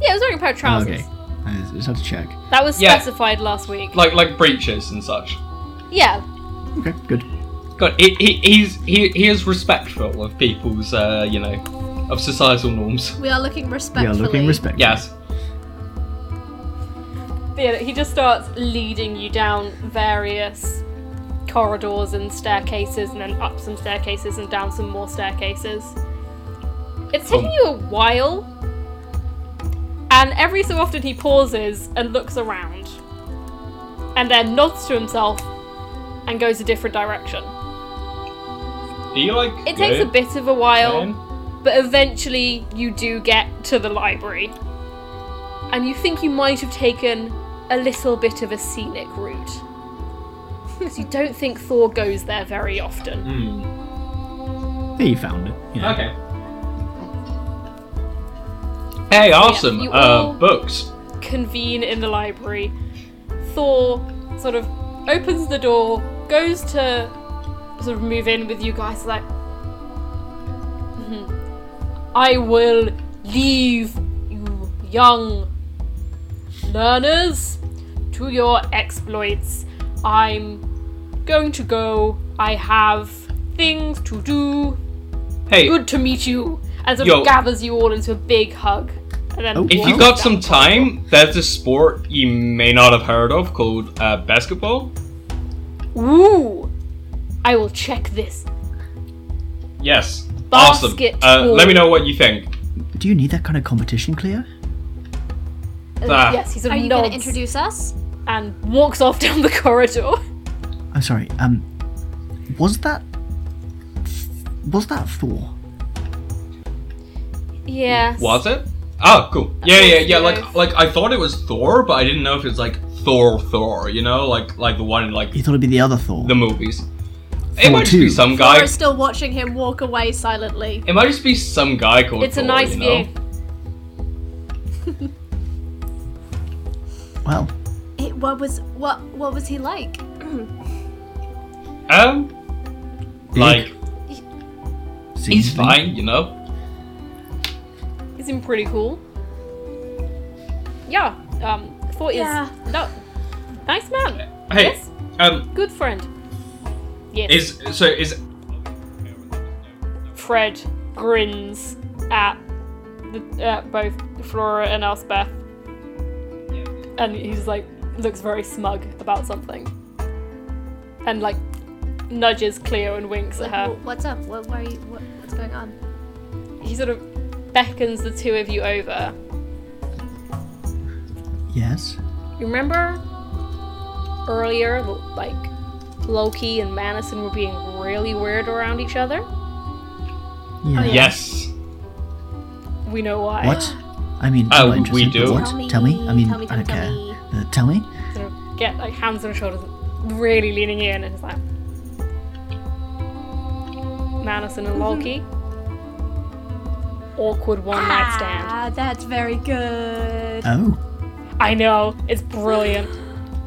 [SPEAKER 1] Yeah, I was wearing a pair of
[SPEAKER 2] Oh,
[SPEAKER 1] trousers.
[SPEAKER 2] okay. I just- just have to check.
[SPEAKER 1] That was
[SPEAKER 3] Yeah.
[SPEAKER 1] specified last week.
[SPEAKER 3] like like breaches and such.
[SPEAKER 1] yeah,
[SPEAKER 2] Okay, good.
[SPEAKER 3] God, he, he, he's he, he is respectful of people's uh you know of societal norms.
[SPEAKER 4] We are looking
[SPEAKER 2] We are
[SPEAKER 4] respectfully.
[SPEAKER 2] looking respect.
[SPEAKER 3] Yes.
[SPEAKER 1] yeah, he just starts leading you down various corridors and staircases, and then up some staircases and down some more staircases. It's taking
[SPEAKER 3] Oh.
[SPEAKER 1] you a while, and every so often he pauses and looks around, and then nods to himself and goes a different direction.
[SPEAKER 3] Are you like?
[SPEAKER 1] It takes a
[SPEAKER 3] good,
[SPEAKER 1] bit of a while.
[SPEAKER 3] man?
[SPEAKER 1] But eventually, you do get to the library. And you think you might have taken a little bit of a scenic route. Because you don't think Thor goes there very often.
[SPEAKER 3] Hmm.
[SPEAKER 2] Hey, you found it. you know.
[SPEAKER 3] Okay. Hey, awesome.
[SPEAKER 1] you
[SPEAKER 3] uh,
[SPEAKER 1] all-
[SPEAKER 3] books.
[SPEAKER 1] Convene in the library. Thor sort of opens the door, goes to sort of move in with you guys, like, "Mhm. I will leave you young learners to your exploits. I'm going to go. I have things to do.
[SPEAKER 3] Hey,
[SPEAKER 1] Good to meet you. And sort
[SPEAKER 3] Yo.
[SPEAKER 1] of gathers you all into a big hug. And then
[SPEAKER 2] Oh,
[SPEAKER 3] if you
[SPEAKER 2] Wow.
[SPEAKER 3] got some time, there's a sport you may not have heard of called uh, basketball.
[SPEAKER 1] Ooh! I will check this.
[SPEAKER 3] Yes. Awesome. Uh,
[SPEAKER 1] Basketball.
[SPEAKER 3] let me know what you think.
[SPEAKER 2] Do you need that kind of competition, Cleo?
[SPEAKER 1] And
[SPEAKER 3] Ah.
[SPEAKER 1] Uh, yes, he sort
[SPEAKER 4] Are
[SPEAKER 1] of
[SPEAKER 4] you going
[SPEAKER 1] nods
[SPEAKER 4] to introduce us?
[SPEAKER 1] and walks off down the corridor.
[SPEAKER 2] I'm sorry. Um, was that was that Thor?
[SPEAKER 1] Yes.
[SPEAKER 3] Was it? Oh, cool. Yeah, yeah, yeah. Like,
[SPEAKER 1] Yes.
[SPEAKER 3] like I thought it was Thor, but I didn't know if it was like Thor, Thor. You know, like, like the one in like
[SPEAKER 2] You thought it'd be the other Thor?
[SPEAKER 3] the movies. It might just
[SPEAKER 2] two.
[SPEAKER 3] be some guy.
[SPEAKER 4] We're still watching him walk away silently.
[SPEAKER 3] It might just be some guy called.
[SPEAKER 1] It's a
[SPEAKER 3] Thor,
[SPEAKER 1] nice
[SPEAKER 3] you know?
[SPEAKER 1] view.
[SPEAKER 2] well,
[SPEAKER 4] It, what was what what was he like?
[SPEAKER 3] Um,
[SPEAKER 2] big,
[SPEAKER 3] like
[SPEAKER 2] seems
[SPEAKER 3] he's
[SPEAKER 2] big.
[SPEAKER 3] fine, you know.
[SPEAKER 1] He seemed pretty cool. Yeah, um, Thor is.
[SPEAKER 4] Yeah.
[SPEAKER 1] No. Nice man.
[SPEAKER 3] Hey,
[SPEAKER 1] Yes.
[SPEAKER 3] um,
[SPEAKER 1] Good friend. Yes.
[SPEAKER 3] is so is
[SPEAKER 1] Fred grins at the, at both Flora and Elspeth. And he's like, looks very smug about something. And like, nudges Cleo and winks at
[SPEAKER 4] Like,
[SPEAKER 1] her.
[SPEAKER 4] wh- What's up? What, where are you, what, what's going on?
[SPEAKER 1] He sort of beckons the two of you over.
[SPEAKER 2] Yes.
[SPEAKER 1] You remember earlier, like, Loki and Manison were being really weird around each other?
[SPEAKER 2] Yeah.
[SPEAKER 3] yes.
[SPEAKER 1] We know why.
[SPEAKER 2] What? I mean,
[SPEAKER 3] Uh,
[SPEAKER 2] I'm not
[SPEAKER 3] we
[SPEAKER 2] interested, but
[SPEAKER 3] do.
[SPEAKER 2] What?
[SPEAKER 4] Tell me,
[SPEAKER 2] tell me. I mean,
[SPEAKER 4] tell me,
[SPEAKER 2] I don't
[SPEAKER 4] tell
[SPEAKER 2] care.
[SPEAKER 4] me,
[SPEAKER 2] Uh, tell me.
[SPEAKER 1] sort of get like hands on shoulders, really leaning in, and it's like Madison and Loki. Awkward one night stand.
[SPEAKER 4] Mm-hmm. Ah, that's very good.
[SPEAKER 2] Oh,
[SPEAKER 1] I know it's brilliant.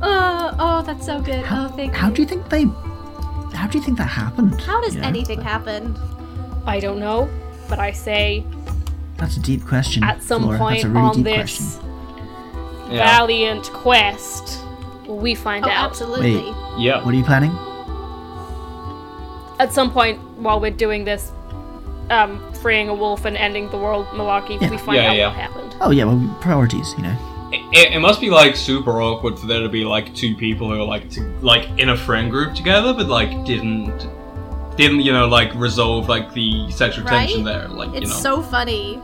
[SPEAKER 4] Oh, oh, that's so good.
[SPEAKER 2] how,
[SPEAKER 4] oh, thank
[SPEAKER 2] how
[SPEAKER 4] you.
[SPEAKER 2] do you think they How do you think that happened?
[SPEAKER 4] How does
[SPEAKER 2] You know?
[SPEAKER 4] anything happen? Oh,
[SPEAKER 1] I don't know, but I say
[SPEAKER 2] That's a deep question.
[SPEAKER 1] at some
[SPEAKER 2] Flora.
[SPEAKER 1] point
[SPEAKER 2] That's a really
[SPEAKER 1] on
[SPEAKER 2] deep
[SPEAKER 1] this
[SPEAKER 2] question.
[SPEAKER 3] Yeah.
[SPEAKER 1] valiant quest, we find
[SPEAKER 4] Oh,
[SPEAKER 1] out.
[SPEAKER 4] absolutely.
[SPEAKER 2] Wait.
[SPEAKER 3] Yeah.
[SPEAKER 2] What are you planning?
[SPEAKER 1] At some point while we're doing this, um, freeing a wolf and ending the world malarkey,
[SPEAKER 2] Yeah.
[SPEAKER 1] we find
[SPEAKER 3] Yeah,
[SPEAKER 1] out
[SPEAKER 3] yeah.
[SPEAKER 1] what happened.
[SPEAKER 2] Oh yeah, well priorities, you know.
[SPEAKER 3] It, it must be like super awkward for there to be like two people who are like to, like in a friend group together, but like didn't didn't you know like resolve like the sexual
[SPEAKER 4] Right?
[SPEAKER 3] tension there. Like you
[SPEAKER 4] It's
[SPEAKER 3] know.
[SPEAKER 4] so funny.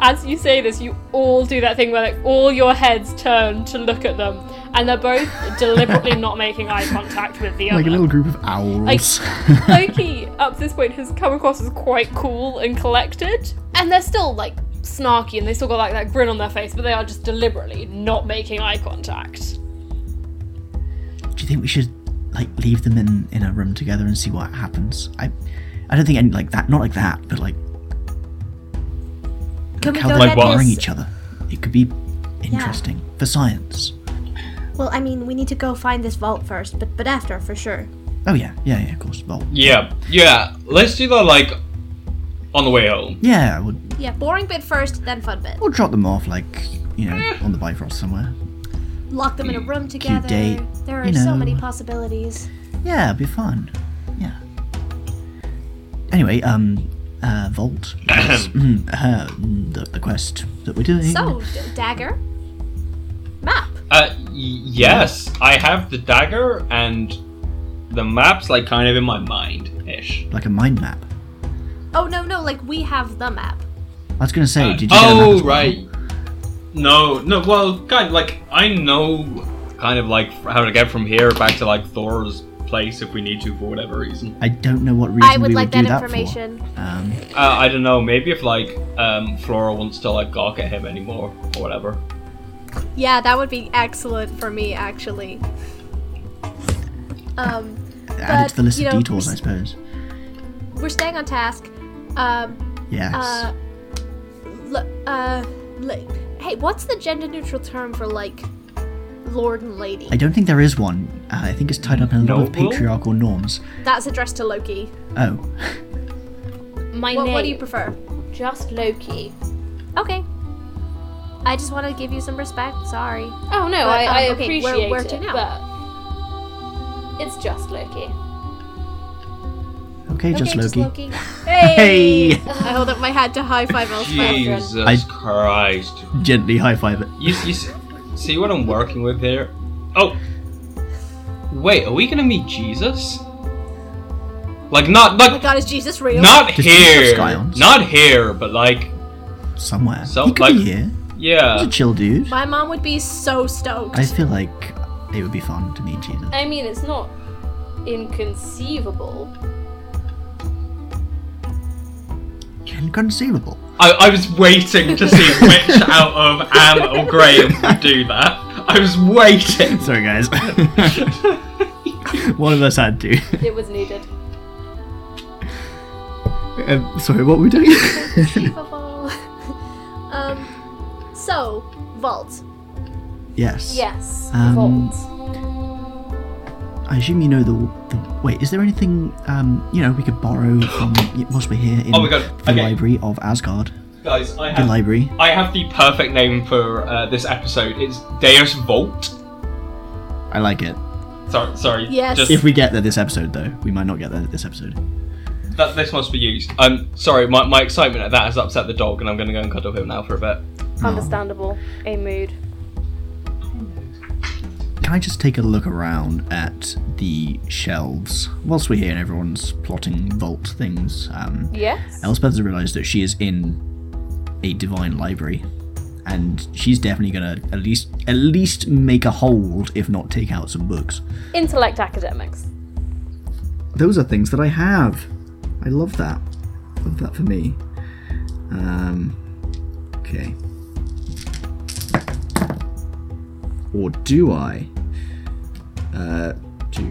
[SPEAKER 1] As you say this, you all do that thing where like all your heads turn to look at them, and they're both deliberately not making eye contact with the other.
[SPEAKER 2] Like a little group of owls.
[SPEAKER 1] Loki, up to this point, has come across as quite cool and collected, and they're still like snarky and they still got like that grin on their face, but they are just deliberately not making eye contact.
[SPEAKER 2] do you think we should like leave them in in a room together and see what happens? I I don't think any like that not like that, but like
[SPEAKER 4] Can we
[SPEAKER 2] how
[SPEAKER 4] go
[SPEAKER 2] they
[SPEAKER 3] Like
[SPEAKER 4] ahead
[SPEAKER 3] what?
[SPEAKER 2] boring
[SPEAKER 4] this-
[SPEAKER 2] each other. It could be interesting for science.
[SPEAKER 4] Well, I mean, we need to go find this vault first, but but after for sure.
[SPEAKER 2] Oh yeah, yeah, yeah, of course. Well,
[SPEAKER 3] Yeah, yeah. Let's do that like on the way home.
[SPEAKER 2] yeah, we'll,
[SPEAKER 4] Yeah, boring bit first, then fun bit.
[SPEAKER 2] we'll drop them off like you know on the Bifrost somewhere.
[SPEAKER 4] Lock them in a room together.
[SPEAKER 2] date,
[SPEAKER 4] There are
[SPEAKER 2] you
[SPEAKER 4] so
[SPEAKER 2] know.
[SPEAKER 4] many possibilities.
[SPEAKER 2] Yeah, it'd be fun. Yeah. Anyway, um, uh, Vault. Yes. Mm, uh, the, the quest that we're doing.
[SPEAKER 4] So, d- dagger, map.
[SPEAKER 3] Uh, y- yes, I have the dagger and the map's like kind of in my mind ish.
[SPEAKER 2] Like a mind map.
[SPEAKER 4] Oh no, no, like we have the map.
[SPEAKER 2] I was gonna say, did you get a map
[SPEAKER 3] Oh
[SPEAKER 2] as well?
[SPEAKER 3] right. No, no. Well, kind of like I know, kind of like how to get from here back to like Thor's place if we need to for whatever reason.
[SPEAKER 2] I don't know what reason
[SPEAKER 4] I would
[SPEAKER 2] we
[SPEAKER 4] like
[SPEAKER 2] would do
[SPEAKER 4] that
[SPEAKER 2] that
[SPEAKER 4] information.
[SPEAKER 2] for. Um,
[SPEAKER 3] Uh, I don't know. Maybe if like um Flora wants to like gawk at him anymore or whatever.
[SPEAKER 4] Yeah, that would be excellent for me actually. Um,
[SPEAKER 2] added to the list
[SPEAKER 4] you
[SPEAKER 2] of
[SPEAKER 4] know,
[SPEAKER 2] detours,
[SPEAKER 4] s-
[SPEAKER 2] I suppose.
[SPEAKER 4] we're staying on task. Um,
[SPEAKER 2] Yes.
[SPEAKER 4] uh, l- uh, like, hey, what's the gender-neutral term for like lord and lady?
[SPEAKER 2] I don't think there is one. Uh, I think it's tied up in a lot of
[SPEAKER 3] Noble?
[SPEAKER 2] patriarchal norms.
[SPEAKER 4] That's addressed to Loki.
[SPEAKER 2] Oh,
[SPEAKER 1] My
[SPEAKER 4] What,
[SPEAKER 1] name,
[SPEAKER 4] what do you prefer?
[SPEAKER 1] just Loki.
[SPEAKER 4] Okay. I just want to give you some respect. Sorry.
[SPEAKER 1] Oh no,
[SPEAKER 4] But,
[SPEAKER 1] I, I
[SPEAKER 4] um, okay,
[SPEAKER 1] appreciate
[SPEAKER 4] where- where to
[SPEAKER 1] it,
[SPEAKER 4] now?
[SPEAKER 1] but it's just Loki.
[SPEAKER 2] okay, just
[SPEAKER 4] okay,
[SPEAKER 2] Loki.
[SPEAKER 4] Just Loki.
[SPEAKER 2] Hey!
[SPEAKER 4] I hold up my hand to high five Elspeth.
[SPEAKER 3] Jesus
[SPEAKER 2] I-
[SPEAKER 3] Christ!
[SPEAKER 2] Gently high five it.
[SPEAKER 3] You, you see, see what I'm working with here? Oh, wait. Are we gonna meet Jesus? Like not
[SPEAKER 4] Oh my
[SPEAKER 3] like
[SPEAKER 4] god, is Jesus real?
[SPEAKER 3] not
[SPEAKER 2] Does Jesus have
[SPEAKER 3] here,
[SPEAKER 2] scions?
[SPEAKER 3] not here, but like
[SPEAKER 2] Somewhere.
[SPEAKER 3] So,
[SPEAKER 2] he could
[SPEAKER 3] like-
[SPEAKER 2] be here. He's
[SPEAKER 3] yeah.
[SPEAKER 2] a chill dude.
[SPEAKER 4] My mom would be so stoked.
[SPEAKER 2] I feel like it would be fun to meet Jesus.
[SPEAKER 1] I mean, it's not inconceivable.
[SPEAKER 2] Inconceivable.
[SPEAKER 3] I, I was waiting to see which out of Am or Graham would do that. I was waiting.
[SPEAKER 2] Sorry, guys. One of us had to.
[SPEAKER 1] It was needed.
[SPEAKER 2] Um, sorry, what were we doing?
[SPEAKER 4] Unbelievable. um, so vault.
[SPEAKER 2] yes.
[SPEAKER 1] Yes,
[SPEAKER 2] Um,
[SPEAKER 1] vault.
[SPEAKER 2] I assume you know the, the. Wait, is there anything um you know we could borrow from whilst we're here in
[SPEAKER 3] Oh my God,
[SPEAKER 2] the
[SPEAKER 3] okay.
[SPEAKER 2] library of Asgard?
[SPEAKER 3] Guys, I
[SPEAKER 2] The
[SPEAKER 3] have,
[SPEAKER 2] library.
[SPEAKER 3] I have the perfect name for uh, this episode. It's Deus Vault.
[SPEAKER 2] I like it.
[SPEAKER 3] Sorry, sorry.
[SPEAKER 4] Yes.
[SPEAKER 3] Just,
[SPEAKER 2] If we get there this episode, though, we might not get there this episode.
[SPEAKER 3] that, this must be used. I'm Um, sorry, my, my excitement at that has upset the dog, and I'm going to go and cuddle him now for a bit.
[SPEAKER 1] Understandable. A mood.
[SPEAKER 2] Can I just take a look around at the shelves whilst we're here and everyone's plotting vault things? Um,
[SPEAKER 1] Yes.
[SPEAKER 2] Elspeth has realised that she is in a divine library, and she's definitely gonna at least at least make a hold, if not take out some books.
[SPEAKER 1] Intellect academics.
[SPEAKER 2] Those are things that I have. I love that. Love that for me. Um, okay. Or do I? Uh, two,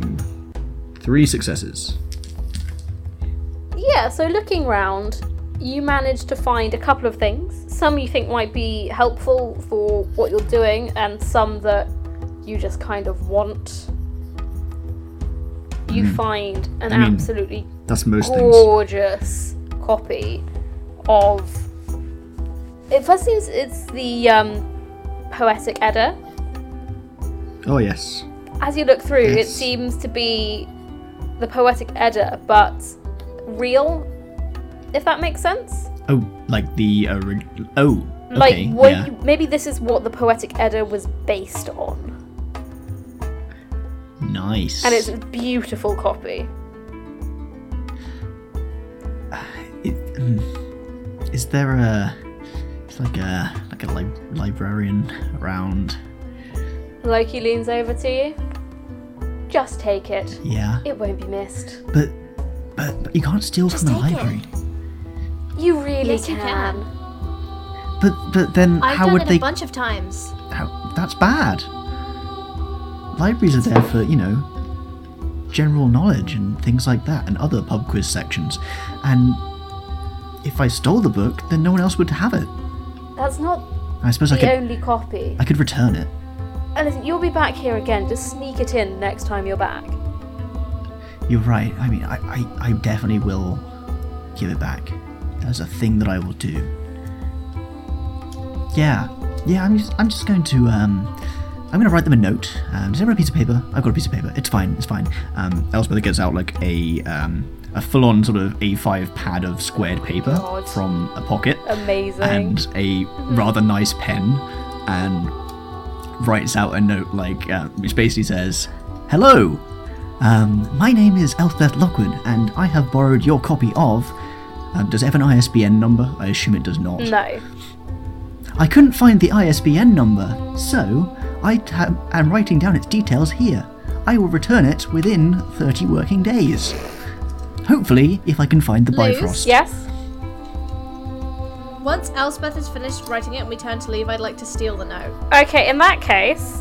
[SPEAKER 2] three successes.
[SPEAKER 1] Yeah, so looking round, you managed to find a couple of things. Some you think might be helpful for what you're doing, and some that you just kind of want. you find an
[SPEAKER 2] Hmm. I mean,
[SPEAKER 1] absolutely
[SPEAKER 2] That's most
[SPEAKER 1] Oh.
[SPEAKER 2] things.
[SPEAKER 1] gorgeous copy of. It first seems it's the um, poetic Edda.
[SPEAKER 2] Oh yes.
[SPEAKER 1] As you look through, it
[SPEAKER 2] Yes.
[SPEAKER 1] seems to be the poetic Edda, but real. If that makes sense,
[SPEAKER 2] Oh, like the orig- oh. Okay,
[SPEAKER 1] like what
[SPEAKER 2] yeah.
[SPEAKER 1] you, maybe this is what the poetic Edda was based on,
[SPEAKER 2] Nice.
[SPEAKER 1] and it's a beautiful copy.
[SPEAKER 2] It- mm. is there a? It's like a like a lib- librarian around.
[SPEAKER 1] Loki leans over to you. Just take it.
[SPEAKER 2] Yeah,
[SPEAKER 1] It won't be missed.
[SPEAKER 2] but but, but you can't steal from the
[SPEAKER 4] take it.
[SPEAKER 2] library.
[SPEAKER 1] You really
[SPEAKER 4] Yes, you
[SPEAKER 1] can.
[SPEAKER 4] can.
[SPEAKER 2] But but then
[SPEAKER 4] I've
[SPEAKER 2] how
[SPEAKER 4] done
[SPEAKER 2] would
[SPEAKER 4] it
[SPEAKER 2] they?
[SPEAKER 4] a bunch of times.
[SPEAKER 2] how, that's bad. Libraries are there for you know general knowledge and things like that, and other pub quiz sections. And if I stole the book, then no one else would have it.
[SPEAKER 1] That's not
[SPEAKER 2] I suppose I
[SPEAKER 1] the
[SPEAKER 2] could
[SPEAKER 1] only copy.
[SPEAKER 2] I could return it.
[SPEAKER 1] And listen, you'll be back here again. Just sneak it in next time you're back.
[SPEAKER 2] You're right. I mean, I, I, I definitely will give it back. That's a thing that I will do. Yeah, yeah. I'm just, I'm just going to, um, I'm going to write them a note. Um, does everyone have a piece of paper? I've got a piece of paper. It's fine. It's fine. Um, Elspeth gets out like a, um, a full-on sort of A5 pad of squared paper
[SPEAKER 1] God.
[SPEAKER 2] from a pocket
[SPEAKER 1] Amazing.
[SPEAKER 2] and a rather nice pen and writes out a note like uh, which basically says hello um, my name is elspeth lockwood and i have borrowed your copy of uh, does it have an isbn number i assume it does not
[SPEAKER 1] no.
[SPEAKER 2] i couldn't find the isbn number so i t- am writing down its details here i will return it within 30 working days hopefully if i can find the
[SPEAKER 4] Luz?
[SPEAKER 2] bifrost
[SPEAKER 1] Yes?
[SPEAKER 4] Once Elspeth has finished writing it and we turn to leave, I'd like to steal the note.
[SPEAKER 1] Okay, in that case.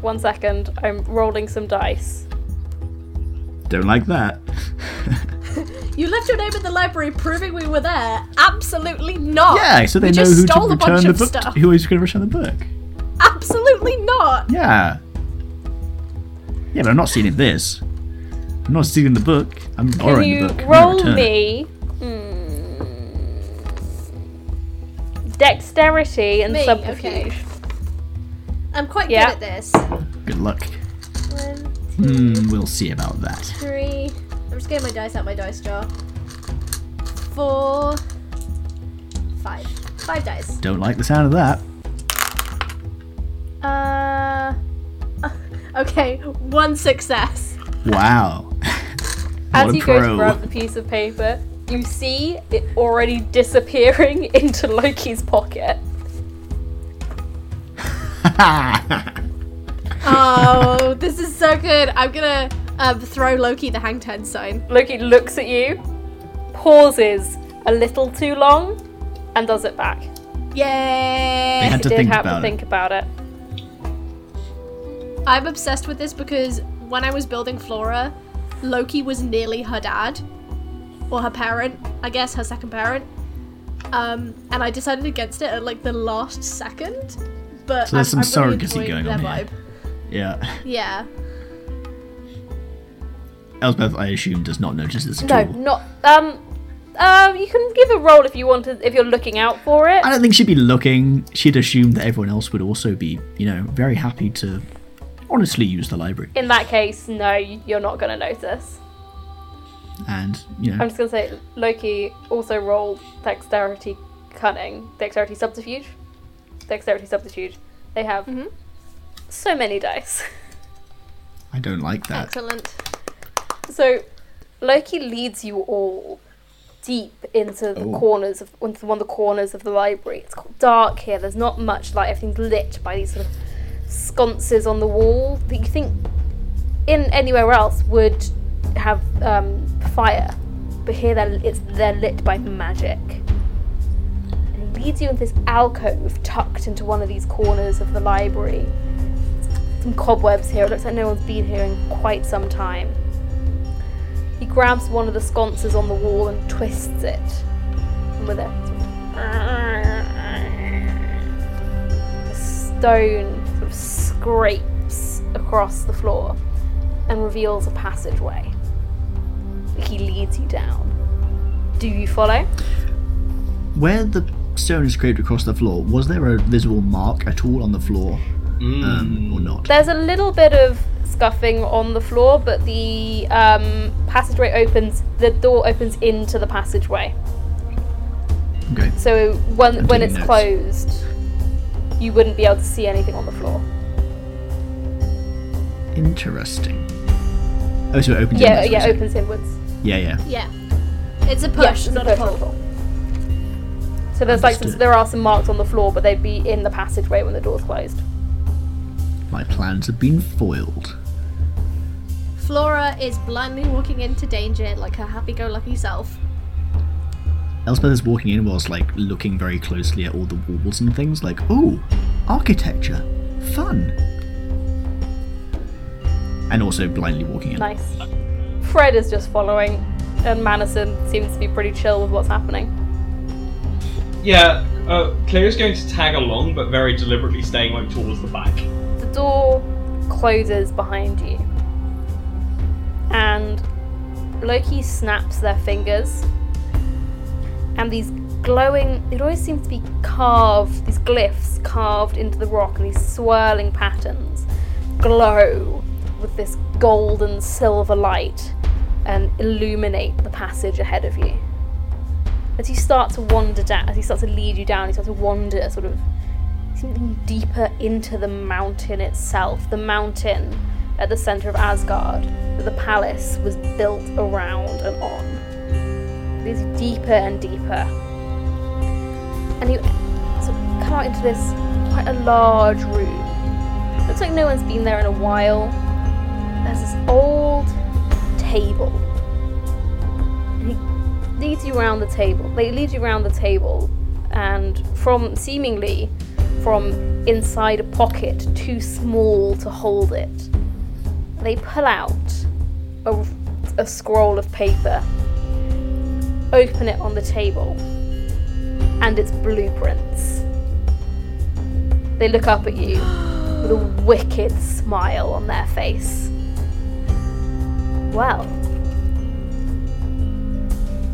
[SPEAKER 1] One second. I'm rolling some dice.
[SPEAKER 2] don't like that
[SPEAKER 4] You left your name in the library proving we were there? Absolutely not!
[SPEAKER 2] Yeah, so they
[SPEAKER 4] Oh,
[SPEAKER 2] know
[SPEAKER 4] we just
[SPEAKER 2] who to
[SPEAKER 4] stole a
[SPEAKER 2] return
[SPEAKER 4] bunch
[SPEAKER 2] the
[SPEAKER 4] of
[SPEAKER 2] book. to-
[SPEAKER 4] stuff.
[SPEAKER 2] who is going to return the book?
[SPEAKER 4] Absolutely not!
[SPEAKER 2] Yeah. Yeah, but I'm not stealing this. I'm not stealing the book. I'm
[SPEAKER 1] Can
[SPEAKER 2] borrowing
[SPEAKER 1] you
[SPEAKER 2] the book. I'm gonna
[SPEAKER 1] roll
[SPEAKER 2] return it.
[SPEAKER 1] me. Hmm, dexterity and
[SPEAKER 4] Me,
[SPEAKER 1] subterfuge.
[SPEAKER 4] okay. I'm quite
[SPEAKER 1] Yeah.
[SPEAKER 4] good at this.
[SPEAKER 2] Good luck.
[SPEAKER 4] One,
[SPEAKER 2] Hmm, we'll see about that.
[SPEAKER 4] three. I'm just getting my dice out my dice jar. Four. Five. Five dice.
[SPEAKER 2] Don't like the sound of that.
[SPEAKER 4] Uh. Okay, one success.
[SPEAKER 2] Wow. what
[SPEAKER 1] As
[SPEAKER 2] a
[SPEAKER 1] you go to
[SPEAKER 2] pro.
[SPEAKER 1] grab the piece of paper, you see it already disappearing into Loki's pocket.
[SPEAKER 4] Oh, this is so good. I'm gonna um, throw Loki the hang ten sign.
[SPEAKER 1] Loki looks at you, pauses a little too long, and does it back.
[SPEAKER 2] They
[SPEAKER 4] Yay!
[SPEAKER 2] had to
[SPEAKER 1] Did
[SPEAKER 2] think
[SPEAKER 1] have to
[SPEAKER 2] about it.
[SPEAKER 1] think about it.
[SPEAKER 4] I'm obsessed with this because when I was building Flora, Loki was nearly her dad, or her parent, I guess, her second parent. Um, and I decided against it at like the last second. But
[SPEAKER 2] So there's
[SPEAKER 4] I'm,
[SPEAKER 2] some
[SPEAKER 4] I'm
[SPEAKER 2] surrogacy
[SPEAKER 4] really enjoying
[SPEAKER 2] going on
[SPEAKER 4] their
[SPEAKER 2] here.
[SPEAKER 4] vibe.
[SPEAKER 2] Yeah.
[SPEAKER 4] Yeah.
[SPEAKER 2] Elspeth, I assume, does not notice this at
[SPEAKER 1] No,
[SPEAKER 2] all.
[SPEAKER 1] not um. Um, you can give a roll if you want to, if you're looking out for it.
[SPEAKER 2] I don't think she'd be looking. She'd assume that everyone else would also be, you know, very happy to honestly use the library.
[SPEAKER 1] In that case, no, you're not gonna notice.
[SPEAKER 2] And, you know,
[SPEAKER 1] I'm just gonna say Loki also rolled dexterity, cunning, dexterity subterfuge, dexterity subterfuge. They have so many dice.
[SPEAKER 2] I don't like that.
[SPEAKER 4] Excellent.
[SPEAKER 1] So Loki leads you all deep into the
[SPEAKER 2] Oh.
[SPEAKER 1] corners of into one of the corners of the library. It's quite dark here. There's not much light. Everything's lit by these sort of sconces on the wall that you think in anywhere else would have um, fire, but here they're, it's they're lit by magic. And he leads you into this alcove tucked into one of these corners of the library. Some cobwebs here. It looks like no one's been here in quite some time. He grabs one of the sconces on the wall and twists it. And with a the stone sort of scrapes across the floor and reveals a passageway. He leads you down. Do you follow?
[SPEAKER 2] Where the stone is scraped across the floor, was there a visible mark at all on the floor, um,
[SPEAKER 3] Mm.
[SPEAKER 2] or not?
[SPEAKER 1] There's a little bit of scuffing on the floor, but the um, passageway opens. The door opens into the passageway.
[SPEAKER 2] Okay.
[SPEAKER 1] So when when
[SPEAKER 2] taking
[SPEAKER 1] it's
[SPEAKER 2] notes.
[SPEAKER 1] closed, you wouldn't be able to see anything on the floor.
[SPEAKER 2] Interesting. Oh, so it opens.
[SPEAKER 1] Yeah,
[SPEAKER 2] inwards,
[SPEAKER 1] yeah,
[SPEAKER 2] was it?
[SPEAKER 1] opens inwards.
[SPEAKER 2] Yeah, yeah.
[SPEAKER 4] Yeah. It's a
[SPEAKER 1] Yeah,
[SPEAKER 4] push,
[SPEAKER 1] it's
[SPEAKER 4] not
[SPEAKER 1] a
[SPEAKER 4] a
[SPEAKER 1] push,
[SPEAKER 4] pull.
[SPEAKER 1] not a pull. So there's like some,
[SPEAKER 2] Understood.
[SPEAKER 1] there are some marks on the floor, but they'd be in the passageway when the door's closed.
[SPEAKER 2] My plans have been foiled.
[SPEAKER 4] Flora is blindly walking into danger like her happy-go-lucky self.
[SPEAKER 2] Elspeth is walking in whilst like looking very closely at all the walls and things, like, ooh, architecture, fun. And also blindly walking in.
[SPEAKER 1] Nice. Fred is just following, and Manison seems to be pretty chill with what's happening.
[SPEAKER 3] Yeah, uh, Cleo's going to tag along, but very deliberately staying like towards the back.
[SPEAKER 1] The door closes behind you, and Loki snaps their fingers, and these glowing, it always seems to be carved, these glyphs carved into the rock, and these swirling patterns glow with this gold and silver light and illuminate the passage ahead of you. As you start to wander down, as he starts to lead you down, he starts to wander sort of something deeper into the mountain itself, the mountain at the center of Asgard that the palace was built around and on. It is deeper and deeper. And you sort of come out into this quite a large room. Looks like no one's been there in a while. There's this old table. And he leads you around the table. They lead you around the table, and from seemingly from inside a pocket too small to hold it, they pull out a, a scroll of paper, open it on the table, and it's blueprints. They look up at you with a wicked smile on their face. Well,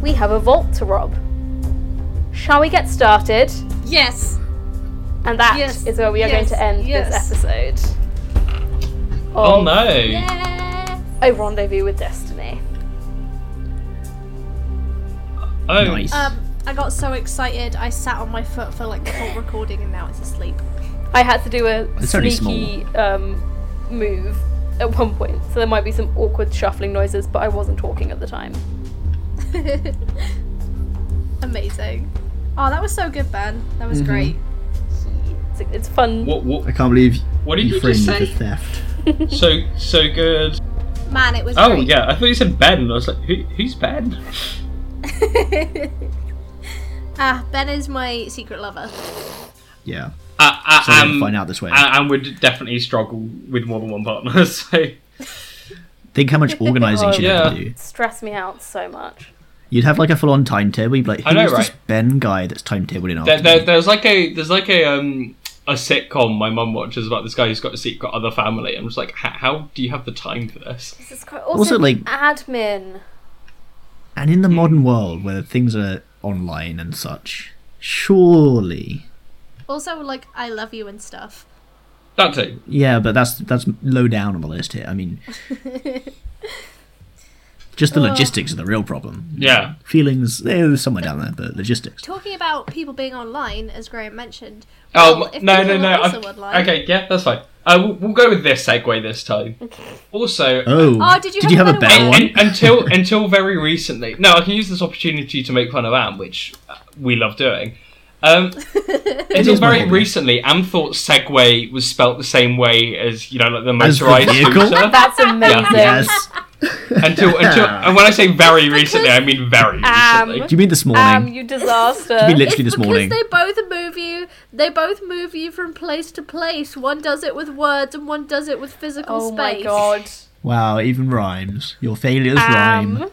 [SPEAKER 1] we have a vault to rob. Shall we get started?
[SPEAKER 4] Yes.
[SPEAKER 1] And that is
[SPEAKER 4] Yes,
[SPEAKER 1] where we are going
[SPEAKER 4] yes,
[SPEAKER 1] to end
[SPEAKER 4] yes.
[SPEAKER 1] this episode.
[SPEAKER 5] Oh
[SPEAKER 1] of
[SPEAKER 5] no!
[SPEAKER 4] Yeah.
[SPEAKER 1] A rendezvous with destiny.
[SPEAKER 5] Oh,
[SPEAKER 2] Nice.
[SPEAKER 4] Um, I got so excited. I sat on my foot for like the whole recording, and now it's asleep.
[SPEAKER 1] I had to do a
[SPEAKER 2] It's only
[SPEAKER 1] sneaky um, move at one point, so there might be some awkward shuffling noises, but I wasn't talking at the time.
[SPEAKER 4] Amazing. Oh, that was so good, Ben. That was
[SPEAKER 2] Mm-hmm.
[SPEAKER 4] great.
[SPEAKER 1] It's, it's fun.
[SPEAKER 5] What, what,
[SPEAKER 2] I can't believe
[SPEAKER 5] what did
[SPEAKER 2] you
[SPEAKER 5] you
[SPEAKER 2] framed
[SPEAKER 5] just
[SPEAKER 2] me for
[SPEAKER 5] say?
[SPEAKER 2] theft.
[SPEAKER 5] So so good.
[SPEAKER 4] Man, it was.
[SPEAKER 5] Oh
[SPEAKER 4] great.
[SPEAKER 5] yeah, I thought you said Ben. I was like, Who, who's Ben?
[SPEAKER 4] ah, Ben is my secret lover.
[SPEAKER 2] Yeah.
[SPEAKER 5] I, I,
[SPEAKER 2] So we
[SPEAKER 5] um,
[SPEAKER 2] didn't find out this way.
[SPEAKER 5] I, I would definitely struggle with more than one partner. So
[SPEAKER 2] Think how much organising she'd have to
[SPEAKER 5] Yeah.
[SPEAKER 2] do.
[SPEAKER 1] Stress me out so much.
[SPEAKER 2] You'd have like a full on timetable. You'd be like,
[SPEAKER 5] I
[SPEAKER 2] who's
[SPEAKER 5] know,
[SPEAKER 2] this
[SPEAKER 5] right?
[SPEAKER 2] Ben guy that's timetable in our
[SPEAKER 5] there, there, there's like a there's like a um a sitcom my mum watches about this guy who's got a secret other family. I'm just like, "H- how do you have the time for this?
[SPEAKER 1] This is quite, also,
[SPEAKER 2] Also, like-
[SPEAKER 1] admin.
[SPEAKER 2] And in the modern world where things are online and such, surely.
[SPEAKER 4] Also, like, I love you and stuff.
[SPEAKER 5] That too.
[SPEAKER 2] Yeah, but that's that's low down on the list here. I mean, just
[SPEAKER 4] Oh.
[SPEAKER 2] the logistics are the real problem.
[SPEAKER 5] Yeah.
[SPEAKER 2] Feelings, they're somewhere down there, but logistics.
[SPEAKER 4] Talking about people being online, as Graham mentioned.
[SPEAKER 5] Oh
[SPEAKER 4] well, if
[SPEAKER 5] no
[SPEAKER 4] people
[SPEAKER 5] no no!
[SPEAKER 4] are also
[SPEAKER 5] I've-
[SPEAKER 4] online-
[SPEAKER 5] okay, yeah, that's fine. Uh, we'll, we'll go with this segue this time. Also,
[SPEAKER 2] Oh,
[SPEAKER 4] Oh, did you have a
[SPEAKER 2] have, a
[SPEAKER 4] better
[SPEAKER 2] better
[SPEAKER 5] un-
[SPEAKER 2] one?
[SPEAKER 5] un- until until very recently. No, I can use this opportunity to make fun of Am, which uh, we love doing. Um, until
[SPEAKER 2] is my
[SPEAKER 5] very
[SPEAKER 2] hobby.
[SPEAKER 5] recently, Am thought Segway was spelt the same way as you know, like the
[SPEAKER 2] As the
[SPEAKER 5] motorized
[SPEAKER 2] vehicle?
[SPEAKER 5] scooter.
[SPEAKER 1] That's amazing.
[SPEAKER 2] yes.
[SPEAKER 5] until until, and when I say very recently, I mean very
[SPEAKER 1] Am.
[SPEAKER 5] recently.
[SPEAKER 2] Do you mean this morning?
[SPEAKER 1] Um, you disaster.
[SPEAKER 2] you mean literally this
[SPEAKER 4] it's
[SPEAKER 2] morning?
[SPEAKER 4] Because they both move you. They both move you from place to place. One does it with words, and one does it with physical
[SPEAKER 1] oh
[SPEAKER 4] space.
[SPEAKER 1] my god.
[SPEAKER 2] Wow, it even rhymes. Your failures rhyme.
[SPEAKER 1] Um,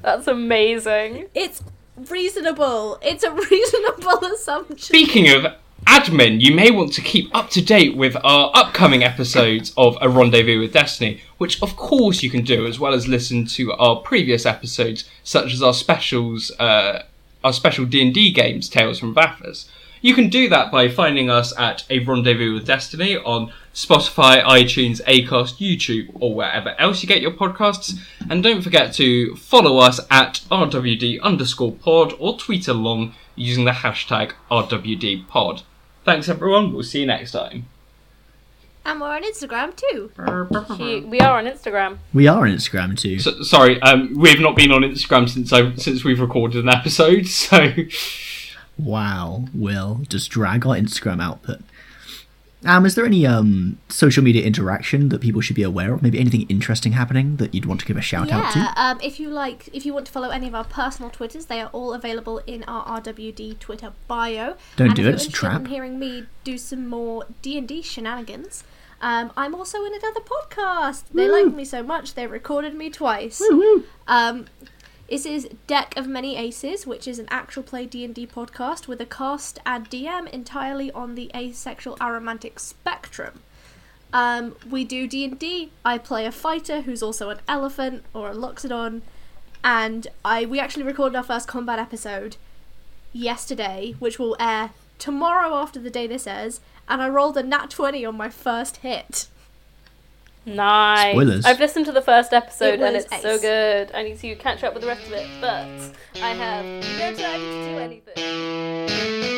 [SPEAKER 1] that's amazing.
[SPEAKER 4] It's reasonable. It's a reasonable assumption.
[SPEAKER 5] Speaking of
[SPEAKER 3] Admin, you may want to keep up to date with our upcoming episodes of A Rendezvous with Destiny, which of course you can do, as well as listen to our previous episodes, such as our specials, uh, our special D and D games, Tales from Baffers. You can do that by finding us at A Rendezvous with Destiny on Spotify, iTunes, Acast, YouTube, or wherever else you get your podcasts. And don't forget to follow us at RWD underscore pod or tweet along using the hashtag RWD pod. Thanks everyone, we'll see you next time.
[SPEAKER 4] And we're on Instagram too.
[SPEAKER 1] Cute. We are on Instagram.
[SPEAKER 2] We are on Instagram too.
[SPEAKER 3] So, sorry, um, we've not been on Instagram since I since we've recorded an episode, so
[SPEAKER 2] wow, Will, just drag our Instagram output. Um, is there any um social media interaction that people should be aware of? Maybe anything interesting happening that you'd want to give a shout out
[SPEAKER 4] Yeah.
[SPEAKER 2] to?
[SPEAKER 4] Um, if you like, if you want to follow any of our personal Twitters, they are all available in our RWD Twitter bio.
[SPEAKER 2] Don't
[SPEAKER 4] and
[SPEAKER 2] do it,
[SPEAKER 4] if You're
[SPEAKER 2] it's a
[SPEAKER 4] interested
[SPEAKER 2] trap.
[SPEAKER 4] In hearing me do some more D and D shenanigans. Um, I'm also in another podcast. They like me so much they recorded me twice. Um, this is Deck of Many Aces, which is an actual play D and D podcast with a cast and DM entirely on the asexual aromantic spectrum. Um, we do D and D. I play a fighter who's also an elephant or a loxodon, and I we actually recorded our first combat episode yesterday, which will air tomorrow after the day this airs. And I rolled a nat twenty on my first hit.
[SPEAKER 1] Nice.
[SPEAKER 2] Spoilers.
[SPEAKER 1] I've listened to the first episode
[SPEAKER 4] It
[SPEAKER 1] and
[SPEAKER 4] was
[SPEAKER 1] it's so
[SPEAKER 4] ace.
[SPEAKER 1] good. I need to catch up with the rest of it, but I have no time to do anything.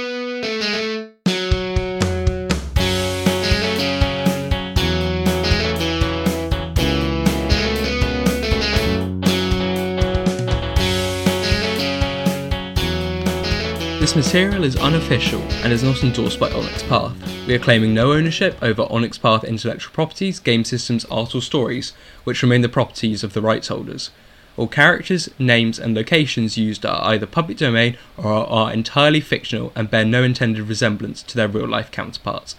[SPEAKER 3] This material is unofficial and is not endorsed by Onyx Path. We are claiming no ownership over Onyx Path intellectual properties, game systems, art, or stories, which remain the properties of the rights holders. All characters, names, and locations used are either public domain or are, are entirely fictional and bear no intended resemblance to their real life counterparts.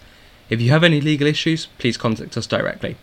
[SPEAKER 3] If you have any legal issues, please contact us directly.